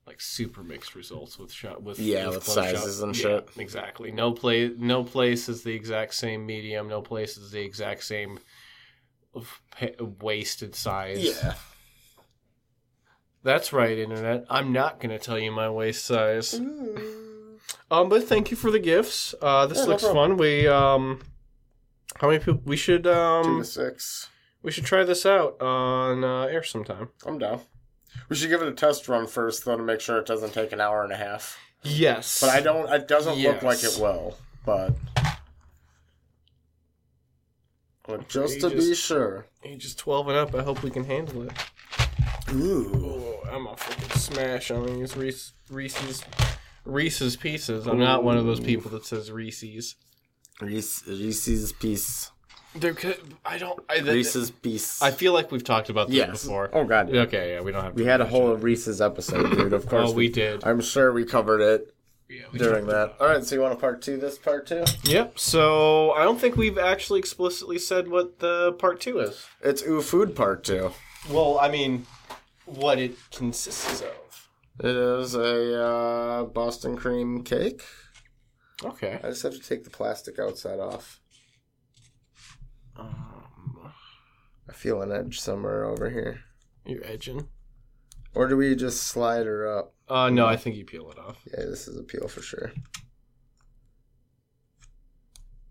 Speaker 1: like super mixed results with shop with
Speaker 2: Yeah, with
Speaker 1: clothes
Speaker 2: sizes and shit.
Speaker 1: Exactly. No place. No place is the exact same medium. No place is the exact same f- pa- waisted size.
Speaker 2: Yeah.
Speaker 1: That's right, internet. I'm not gonna tell you my waist size. Um, but thank you for the gifts. Uh, this
Speaker 2: Yeah, no
Speaker 1: looks
Speaker 2: problem.
Speaker 1: fun. We um, how many people? We should
Speaker 2: Two
Speaker 1: um,
Speaker 2: to six.
Speaker 1: we should try this out on uh, air sometime.
Speaker 2: I'm down. We should give it a test run first, though, to make sure it doesn't take an hour and a half.
Speaker 1: Yes,
Speaker 2: But I don't. It doesn't look like
Speaker 1: Yes.
Speaker 2: it will. But But just to be
Speaker 1: just-
Speaker 2: sure.
Speaker 1: ages twelve and up. I hope we can handle it.
Speaker 2: Ooh.
Speaker 1: Oh, I'm a freaking smash on these Reese, Reese's Reese's pieces. I'm not one of those people that says Reese's.
Speaker 2: Reese, Reese's piece.
Speaker 1: There could I don't I,
Speaker 2: Reese's piece.
Speaker 1: I feel like we've talked about this
Speaker 2: yes.
Speaker 1: before.
Speaker 2: Oh god.
Speaker 1: Okay, yeah, we don't have.
Speaker 2: We had a whole Reese's episode, dude. Of course.
Speaker 1: Oh, we did.
Speaker 2: I'm sure we covered it
Speaker 1: Yeah, we
Speaker 2: during that. All right. So you want to part two? This part two?
Speaker 1: Yep. So I don't think we've actually explicitly said what the part two is.
Speaker 2: It's ooh food part two.
Speaker 1: Well, I mean, what it consists of.
Speaker 2: It is a uh, Boston cream cake.
Speaker 1: Okay.
Speaker 2: I just have to take the plastic outside off.
Speaker 1: Um,
Speaker 2: I feel an edge somewhere over here.
Speaker 1: you're edging.
Speaker 2: Or do we just slide her up?
Speaker 1: Uh, no, I think you peel it off.
Speaker 2: Yeah, this is a peel for sure.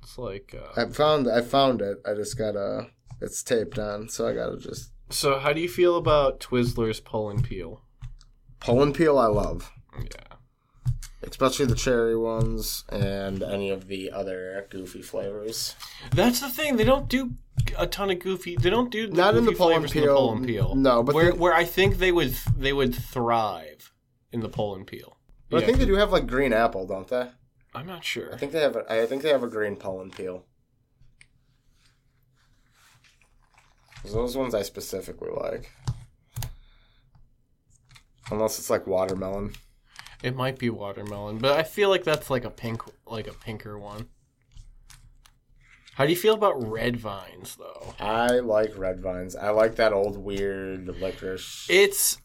Speaker 1: It's like. Uh,
Speaker 2: I found I found it. I just gotta it's taped on, so I gotta just
Speaker 1: so, how do you feel about Twizzlers pull and peel?
Speaker 2: pull and peel I love.
Speaker 1: Yeah.
Speaker 2: Especially the cherry ones and any of the other goofy flavors.
Speaker 1: That's the thing. They don't do a ton of goofy. They don't do the
Speaker 2: Not in
Speaker 1: goofy
Speaker 2: the pull and
Speaker 1: flavors in the
Speaker 2: peel.
Speaker 1: pull and peel.
Speaker 2: No, but
Speaker 1: where
Speaker 2: they-
Speaker 1: where I think they would they would thrive in the pull and peel.
Speaker 2: But I
Speaker 1: Yeah.
Speaker 2: think they do have like green apple, don't they?
Speaker 1: I'm not
Speaker 2: I
Speaker 1: sure.
Speaker 2: think they have a I think they have a green pull and peel. 'Cause Those ones I specifically like. Unless it's like watermelon.
Speaker 1: It might be watermelon, but I feel like that's like a pink, like a pinker one. How do you feel about red vines, though?
Speaker 2: I like red vines. I like that old weird licorice.
Speaker 1: It's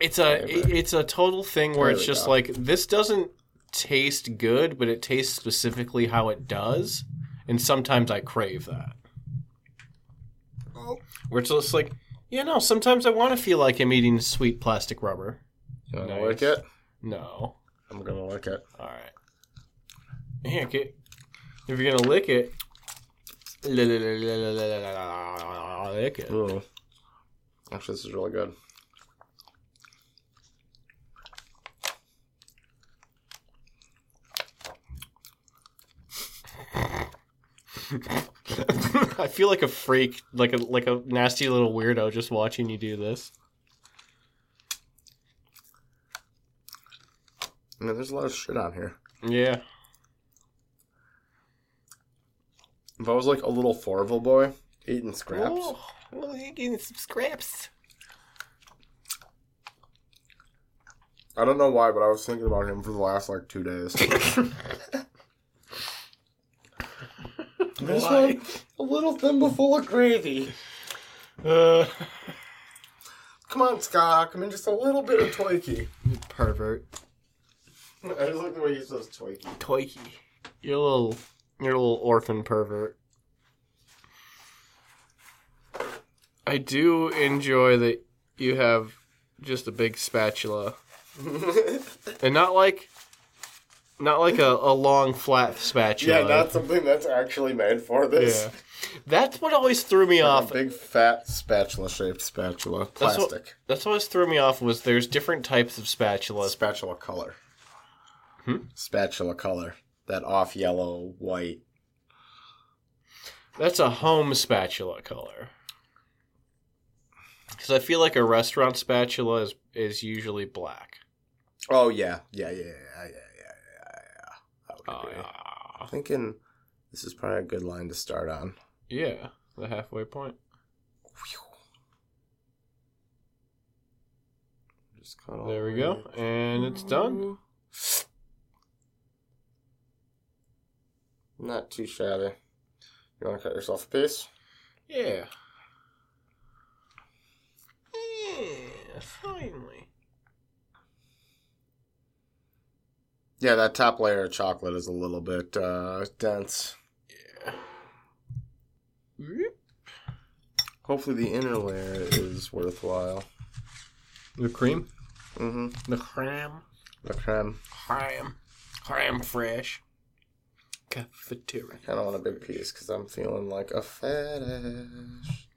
Speaker 1: it's a
Speaker 2: Flavor.
Speaker 1: it's a total thing where
Speaker 2: There
Speaker 1: it's
Speaker 2: we
Speaker 1: just
Speaker 2: go.
Speaker 1: like this doesn't taste good, but it tastes specifically how it does, and sometimes I crave that. Where it's just like, you know, sometimes I want to feel like I'm eating sweet plastic rubber.
Speaker 2: You wanna
Speaker 1: nice.
Speaker 2: lick it?
Speaker 1: No,
Speaker 2: I'm gonna lick it.
Speaker 1: all right. Here, get, if you're gonna lick it, lick it.
Speaker 2: Ooh. Actually, this is really good.
Speaker 1: I feel like a freak, like a like a nasty little weirdo just watching you do this.
Speaker 2: I mean, there's a lot of shit on here.
Speaker 1: Yeah.
Speaker 2: If I was like a little Forville boy eating scraps,
Speaker 1: Oh. well, you're getting some scraps.
Speaker 2: I don't know why, but I was thinking about him for the last like two days. There's
Speaker 1: Why?
Speaker 2: like a little thimbleful of gravy.
Speaker 1: Uh,
Speaker 2: Come on, Scott. Come in just a little bit of Twinkie.
Speaker 1: pervert.
Speaker 2: I just like the way he says Twinkie.
Speaker 1: Toiki. You're a little, you're a little orphan pervert. I do enjoy that you have just a big spatula, and not like, not like a, a long flat spatula.
Speaker 2: yeah, not something that's actually made for this.
Speaker 1: Yeah. That's what always threw me
Speaker 2: Like
Speaker 1: off.
Speaker 2: A big fat spatula shaped spatula.
Speaker 1: That's what-
Speaker 2: Plastic.
Speaker 1: That's what always threw me off was there's different types of spatulas.
Speaker 2: Spatula color.
Speaker 1: Hmm?
Speaker 2: Spatula color. That off yellow, white.
Speaker 1: That's a home spatula color. Because I feel like a restaurant spatula is is usually black.
Speaker 2: Oh, yeah. Yeah, yeah, yeah, yeah, yeah, yeah, yeah. yeah. I would
Speaker 1: Oh,
Speaker 2: agree.
Speaker 1: yeah.
Speaker 2: I'm thinking this is probably a good line to start on.
Speaker 1: yeah, the halfway point.
Speaker 2: Just cut all
Speaker 1: There we
Speaker 2: the
Speaker 1: go,
Speaker 2: way.
Speaker 1: and it's done.
Speaker 2: Not too shabby. You want to cut yourself a piece?
Speaker 1: Yeah. Yeah, finally.
Speaker 2: Yeah, that top layer of chocolate is a little bit uh, dense.
Speaker 1: Whoop.
Speaker 2: Hopefully, the inner layer is worthwhile.
Speaker 1: The cream,
Speaker 2: Mm-hmm.
Speaker 1: the cream,
Speaker 2: The creme.
Speaker 1: cream, cream fresh. Cafeteria.
Speaker 2: Kind of want a big piece because I'm feeling like a fetish.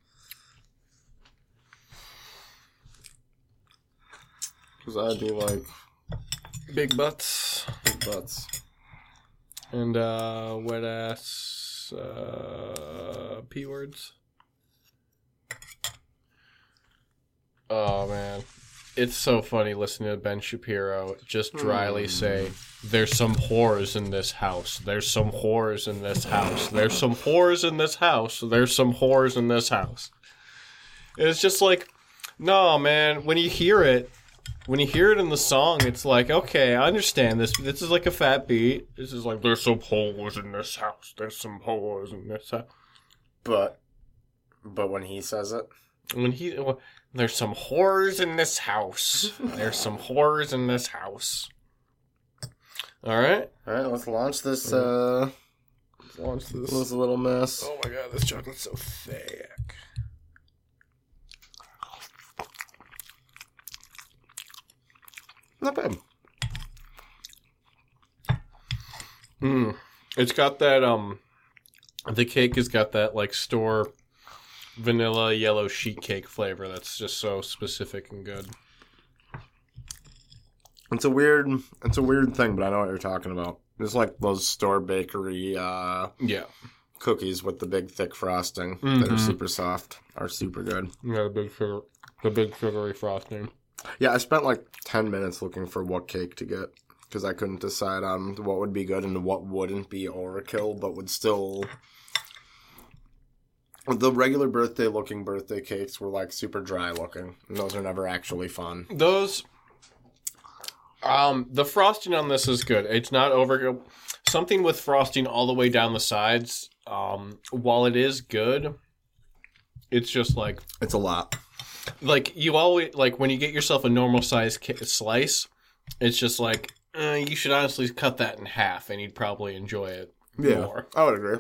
Speaker 2: Because I do like
Speaker 1: Big butts.
Speaker 2: big butts.
Speaker 1: And uh, wet ass uh, p words. Oh man, it's so funny listening to Ben Shapiro just dryly say, "There's some whores in this house. There's some whores in this house. There's some whores in this house. There's some whores in this house." And it's just like, no man. When you hear it, when you hear it in the song, it's like, okay, I understand this. This is like a fat beat. This is like, there's some whores in this house. There's some whores in this house.
Speaker 2: But, but when he says it,
Speaker 1: When he, well, there's some whores in this house. There's some whores in this house. All right.
Speaker 2: all right, let's launch this. Uh,
Speaker 1: Mm-hmm. Launch this.
Speaker 2: this little mess.
Speaker 1: Oh my god, this chocolate's so thick.
Speaker 2: Not bad.
Speaker 1: Mm. It's got that um the cake has got that like store vanilla yellow sheet cake flavor that's just so specific and good.
Speaker 2: It's a weird, it's a weird thing, but I know what you're talking about. It's like those store bakery uh,
Speaker 1: Yeah.
Speaker 2: cookies with the big thick frosting that are
Speaker 1: Mhm.
Speaker 2: super soft, are super good.
Speaker 1: Yeah, the big sugar the big sugary frosting.
Speaker 2: Yeah, I spent like ten minutes looking for what cake to get because I couldn't decide on what would be good and what wouldn't be overkill, but would still. The regular birthday looking birthday cakes were like super dry looking, and those are never actually fun.
Speaker 1: Those Um, the frosting on this is good. It's not over. Something with frosting all the way down the sides. Um, while it is good, it's just like
Speaker 2: It's a lot.
Speaker 1: like you always like when you get yourself a normal size ca- slice. It's just like uh, you should honestly cut that in half, and you'd probably enjoy it
Speaker 2: Yeah,
Speaker 1: more.
Speaker 2: I would agree.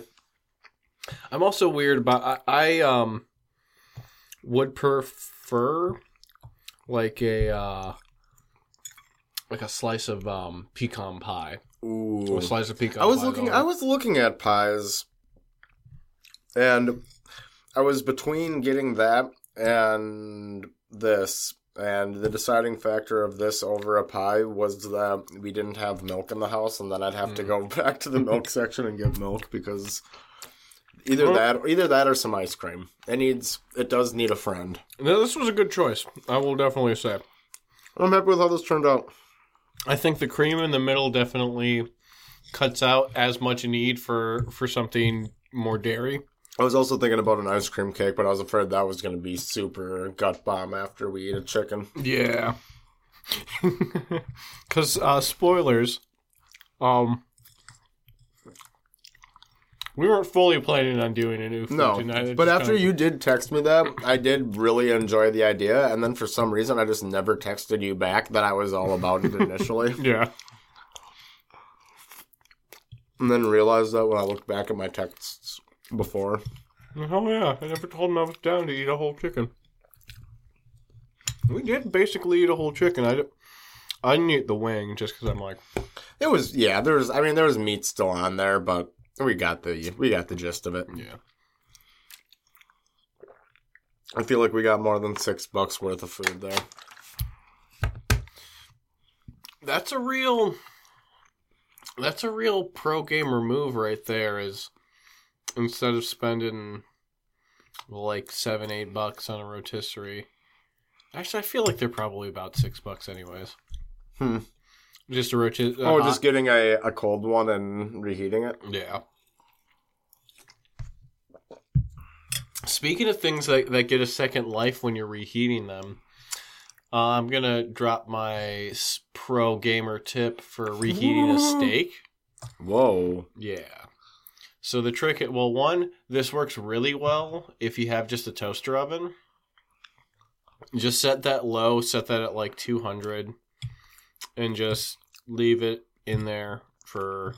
Speaker 1: I'm also weird about I, I um would prefer like a uh like a slice of um pecan pie.
Speaker 2: Ooh,
Speaker 1: A slice of pecan
Speaker 2: I was
Speaker 1: pie
Speaker 2: looking.
Speaker 1: over.
Speaker 2: I was looking at pies, and I was between getting that and this, and the deciding factor of this over a pie was that we didn't have milk in the house, and then I'd have to go back to the milk section and get milk because either
Speaker 1: Well-
Speaker 2: that, either that, or some ice cream. It needs. It does need a friend.
Speaker 1: No, this was a good choice. I will definitely say.
Speaker 2: I'm happy with how this turned out.
Speaker 1: I think the cream in the middle definitely cuts out as much need for for something more dairy.
Speaker 2: I was also thinking about an ice cream cake, but I was afraid that was going to be super gut bomb after we eat a chicken.
Speaker 1: Yeah. Cuz uh spoilers um we weren't fully planning on doing a new food
Speaker 2: No,
Speaker 1: tonight. It
Speaker 2: but
Speaker 1: just
Speaker 2: after
Speaker 1: kinda-
Speaker 2: you did text me that, I did really enjoy the idea, and then for some reason, I just never texted you back that I was all about it initially,
Speaker 1: yeah,
Speaker 2: and then realized that when I looked back at my texts before.
Speaker 1: oh yeah, I never told him I was down to eat a whole chicken. We did basically eat a whole chicken. I did, I didn't eat the wing just because I'm like,
Speaker 2: It was yeah, there was I mean there was meat still on there, but we got the we got the gist of it.
Speaker 1: yeah,
Speaker 2: I feel like we got more than six bucks worth of food there.
Speaker 1: that's a real that's a real pro gamer move right there is instead of spending like seven eight bucks on a rotisserie actually i feel like they're probably about six bucks anyways
Speaker 2: Hmm.
Speaker 1: just a uh, rotisserie
Speaker 2: oh, just getting a, a cold one and reheating it.
Speaker 1: yeah speaking of things that, that get a second life when you're reheating them uh, i'm gonna drop my s- pro gamer tip for reheating a steak
Speaker 2: Whoa.
Speaker 1: Yeah. So the trick, well, one, this works really well if you have just a toaster oven. Just set that low, set that at like 200, and just leave it in there for,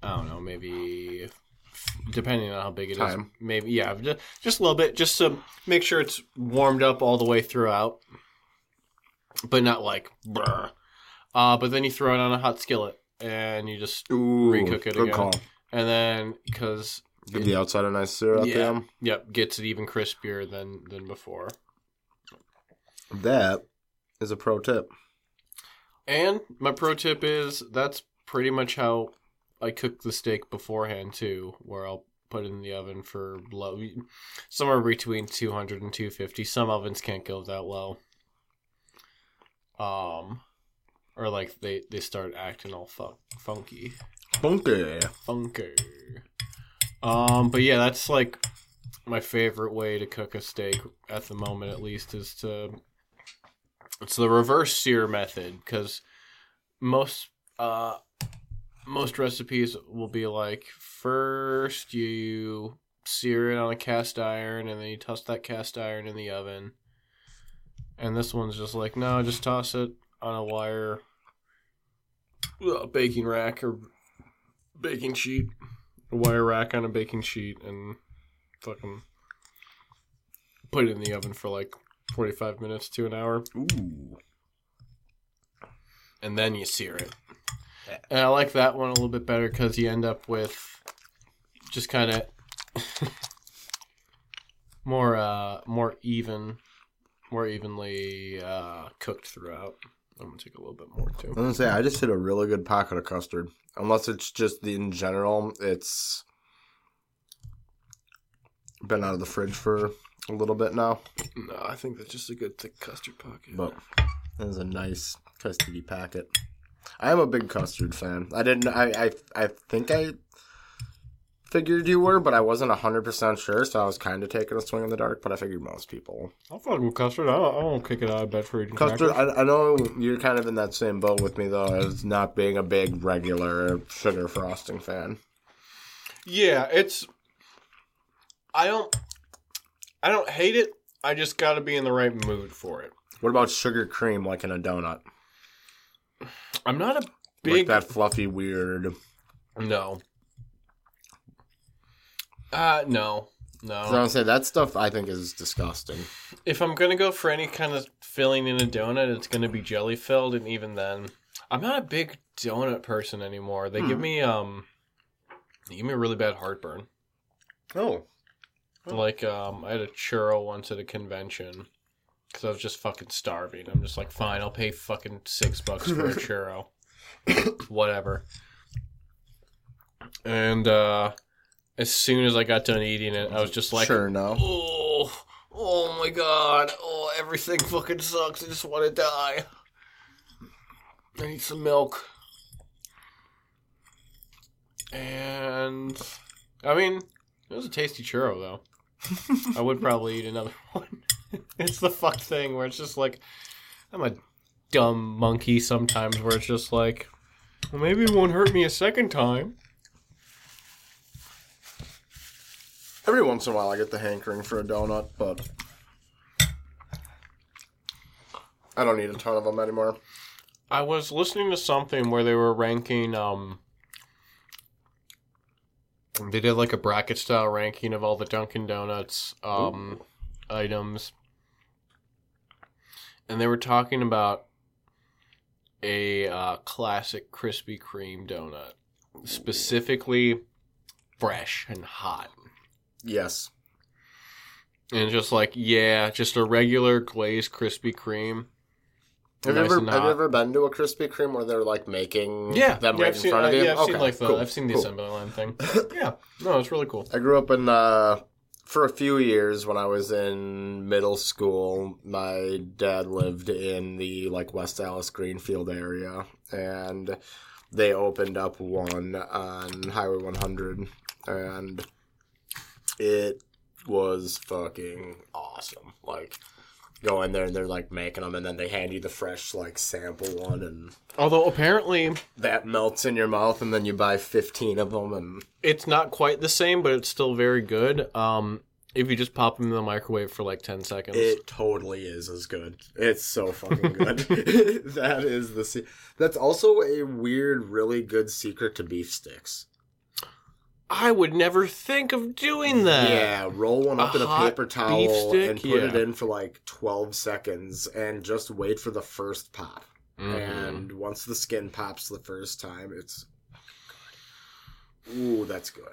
Speaker 1: I don't know, maybe, depending on how big it is,
Speaker 2: Time.
Speaker 1: Maybe, yeah, ju- just a little bit, just to make sure it's warmed up all the way throughout, but not like, brr. Uh, but then you throw it on a hot skillet and you just
Speaker 2: Ooh,
Speaker 1: Recook it
Speaker 2: good
Speaker 1: again.
Speaker 2: call.
Speaker 1: and then because
Speaker 2: Give the outside a nice sear at
Speaker 1: Yeah.
Speaker 2: them.
Speaker 1: yep gets it even crispier than than before
Speaker 2: That is a pro tip.
Speaker 1: and my pro tip is that's pretty much how i cook the steak beforehand too where i'll put it in the oven for low somewhere between 200 and 250 some ovens can't go that low um or like they they start acting all fu- funky
Speaker 2: Bunky.
Speaker 1: Funker. Um, but yeah, that's like my favorite way to cook a steak at the moment, at least, is to it's the reverse sear method because most uh most recipes will be like first you sear it on a cast iron and then you toss that cast iron in the oven. And this one's just like no, just toss it on a wire uh, baking rack or baking sheet, a wire rack on a baking sheet, and fucking put it in the oven for like 45 minutes to an hour,
Speaker 2: Ooh.
Speaker 1: and then you sear it.
Speaker 2: Yeah.
Speaker 1: And I like that one a little bit better because you end up with just kind of more uh more even, more evenly uh cooked throughout. I'm gonna take a little bit more too.
Speaker 2: I'm gonna say I just hit a really good pocket of custard. Unless it's just the in general, it's been out of the fridge for a little bit now.
Speaker 1: No, I think that's just a good thick custard pocket.
Speaker 2: But it was a nice custardy packet. I am a big custard fan. I didn't. I I, I think I figured you were, but I wasn't 100% sure, so I was kind of taking a swing in the dark, but I figured most people.
Speaker 1: I'll fuck with custard. I don't, I don't kick it out of bed for eating
Speaker 2: Custard,
Speaker 1: crackers.
Speaker 2: I, I know you're kind of in that same boat with me, though, as not being a big regular sugar frosting fan.
Speaker 1: Yeah, it's. I don't. I don't hate it. I just got to be in the right mood for it.
Speaker 2: What about sugar cream, like in a donut?
Speaker 1: I'm not a
Speaker 2: Like
Speaker 1: big
Speaker 2: that fluffy, weird.
Speaker 1: no. Uh no. No.
Speaker 2: I don't say that stuff. I think is disgusting.
Speaker 1: If I'm gonna go for any kind of filling in a donut, it's gonna be jelly filled, and even then, I'm not a big donut person anymore. They give
Speaker 2: Hmm.
Speaker 1: me um, they give me a really bad heartburn.
Speaker 2: Oh, Hmm.
Speaker 1: Like um, I had a churro once at a convention because I was just fucking starving. I'm just like, fine, I'll pay fucking six bucks for a churro, whatever. And uh, as soon as I got done eating it, I was just like,
Speaker 2: sure, no.
Speaker 1: Oh, oh my god. Oh, everything fucking sucks. I just want to die. I need some milk. And I mean, it was a tasty churro though. I would probably eat another one. it's the fuck thing where it's just like I'm a dumb monkey sometimes where it's just like well, maybe it won't hurt me a second time.
Speaker 2: Every once in a while, I get the hankering for a donut, but I don't need a ton of them anymore.
Speaker 1: I was listening to something where they were ranking um they did like a bracket style ranking of all the Dunkin Donuts um items. And they were talking about a uh, classic Krispy Kreme donut, specifically fresh and hot.
Speaker 2: Yes,
Speaker 1: And just like, yeah, just a regular glazed Krispy Kreme.
Speaker 2: have
Speaker 1: Nice
Speaker 2: you
Speaker 1: and
Speaker 2: ever have you
Speaker 1: hot.
Speaker 2: ever been to a Krispy Kreme where they're like making
Speaker 1: Yeah,
Speaker 2: them
Speaker 1: yeah,
Speaker 2: right
Speaker 1: I've
Speaker 2: in
Speaker 1: seen,
Speaker 2: front of
Speaker 1: uh,
Speaker 2: you?
Speaker 1: yeah, I've seen
Speaker 2: Okay,
Speaker 1: like the
Speaker 2: cool,
Speaker 1: I've seen the
Speaker 2: cool.
Speaker 1: assembly line thing. yeah, no, it's really cool.
Speaker 2: I grew up in uh, for a few years when I was in middle school. My dad lived in the like West Dallas Greenfield area, and they opened up one on Highway 100, and it was fucking awesome. Like. Go in there and they're like making them, and then they hand you the fresh like sample one, and
Speaker 1: Although apparently
Speaker 2: that melts in your mouth, and then you buy fifteen of them, and
Speaker 1: it's not quite the same, but it's still very good. Um, if you just pop them in the microwave for like ten seconds,
Speaker 2: It totally is as good. It's so fucking good. that is the se- that's also a weird, really good secret to beef sticks.
Speaker 1: I would never think of doing that.
Speaker 2: yeah, roll one up
Speaker 1: a
Speaker 2: in a
Speaker 1: hot
Speaker 2: paper
Speaker 1: beef
Speaker 2: towel
Speaker 1: stick?
Speaker 2: and put it
Speaker 1: Yeah.
Speaker 2: in for like twelve seconds, and just wait for the first pop.
Speaker 1: Mhm.
Speaker 2: And once the skin pops the first time, it's ooh, that's good.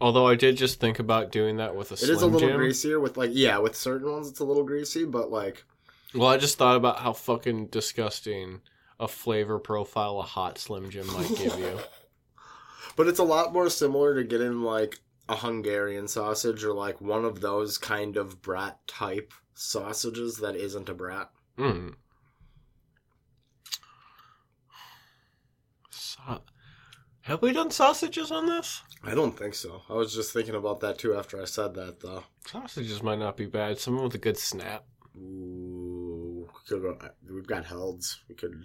Speaker 1: although I did just think about doing that with a
Speaker 2: It
Speaker 1: Slim
Speaker 2: is a little
Speaker 1: Jim.
Speaker 2: greasier with like yeah, with certain ones it's a little greasy, but like
Speaker 1: Well, I just thought about how fucking disgusting a flavor profile a hot Slim Jim might give you.
Speaker 2: But it's a lot more similar to getting like a Hungarian sausage or like one of those kind of brat type sausages that isn't a brat.
Speaker 1: Mm. Sa- Have we done sausages on this?
Speaker 2: I don't think so. I was just thinking about that too after I said that though.
Speaker 1: Sausages might not be bad. Someone with a good snap.
Speaker 2: Ooh, we could go- uh, we've got Helds. We could,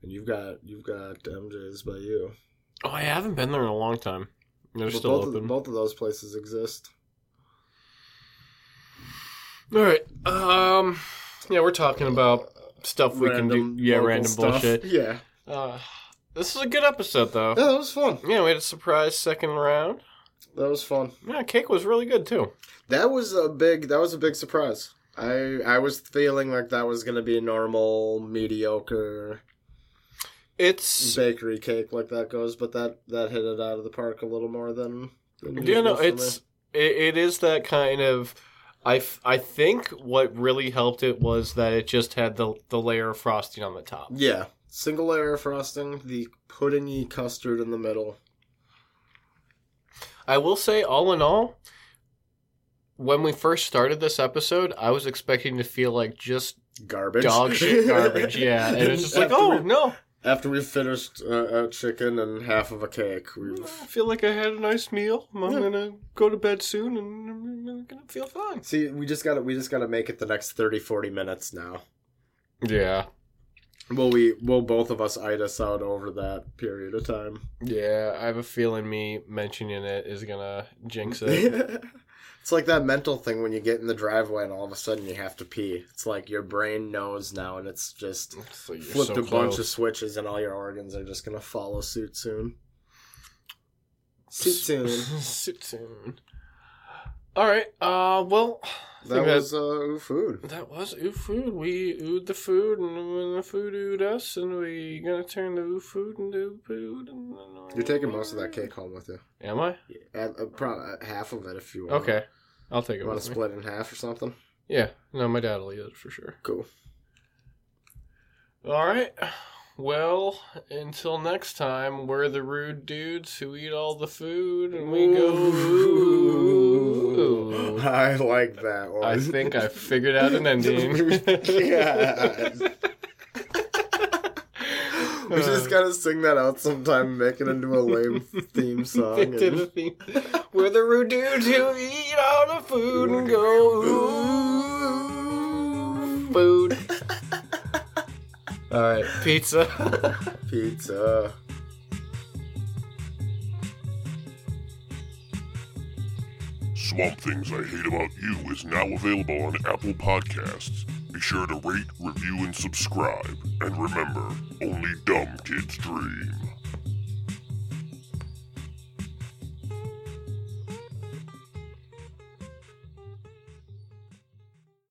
Speaker 2: and you've got you've got MJ's by you.
Speaker 1: Oh, I haven't been there in a long time. They're
Speaker 2: But
Speaker 1: still
Speaker 2: both
Speaker 1: open.
Speaker 2: Of, both of those places exist.
Speaker 1: All right. Um. Yeah, we're talking about stuff we can do. Yeah,
Speaker 2: local
Speaker 1: random
Speaker 2: stuff.
Speaker 1: bullshit. Oh.
Speaker 2: Yeah,
Speaker 1: Uh, this is a good episode, though.
Speaker 2: yeah, that was fun.
Speaker 1: Yeah, we had a surprise second round.
Speaker 2: That was fun.
Speaker 1: Yeah, cake was really good too.
Speaker 2: That was a big. That was a big surprise. I I was feeling like that was gonna be a normal mediocre
Speaker 1: It's
Speaker 2: bakery cake like that goes, but that that hit it out of the park a little more than. than
Speaker 1: you know
Speaker 2: usual for me.
Speaker 1: it's it, it is that kind of. I, f- I think what really helped it was that it just had the the layer of frosting on the top.
Speaker 2: yeah single layer frosting, the puddingy custard in the middle.
Speaker 1: I will say, all in all, when we first started this episode, I was expecting to feel like just
Speaker 2: Garbage.
Speaker 1: dog shit garbage. Yeah, and it's just like,
Speaker 2: After
Speaker 1: oh
Speaker 2: we-
Speaker 1: no,
Speaker 2: After we finished uh, a chicken and half of a cake, we
Speaker 1: I feel like I had a nice meal. I'm gonna go to bed soon, and I'm gonna feel fine.
Speaker 2: see we just got to we just got to make it the next 30 40 minutes now.
Speaker 1: Yeah,
Speaker 2: Will we will both of us ite us out over that period of time?
Speaker 1: yeah. I have a feeling me mentioning it is gonna jinx it.
Speaker 2: it's like that mental thing when you get in the driveway and all of a sudden you have to pee. It's like your brain knows now and it's just
Speaker 1: So you're so
Speaker 2: flipped a bunch of
Speaker 1: close.
Speaker 2: switches and all your organs are just gonna follow suit soon. Suit soon.
Speaker 1: Sit soon. All right. Uh. Well, I
Speaker 2: That
Speaker 1: think
Speaker 2: was uh, ooh, food.
Speaker 1: That was ooh food. We oohed the food, and when the food oohed us, and we gonna turn the ooh food into food. And then-
Speaker 2: You're taking most of that cake home with you.
Speaker 1: Am I?
Speaker 2: At, uh, pro- uh, half of it if you want.
Speaker 1: Okay, I'll take it.
Speaker 2: You want
Speaker 1: With
Speaker 2: to
Speaker 1: me.
Speaker 2: split it in half or something?
Speaker 1: Yeah. No, my dad'll eat it for sure.
Speaker 2: Cool.
Speaker 1: All right. Well, until next time, we're the rude dudes who eat all the food, and we go.
Speaker 2: Ooh.
Speaker 1: "Ooh."
Speaker 2: I like that one.
Speaker 1: I think I figured out an ending.
Speaker 2: God. We
Speaker 1: Uh.
Speaker 2: just gotta sing that out sometime, and make it into a lame theme song. and-
Speaker 1: We're the rude dudes who eat all the food and go ooh, food. all right, pizza.
Speaker 2: Pizza.
Speaker 4: Swamp Things I Hate About You is now available on Apple Podcasts. Be sure to rate, review, and subscribe. And remember, only dumb kids dream.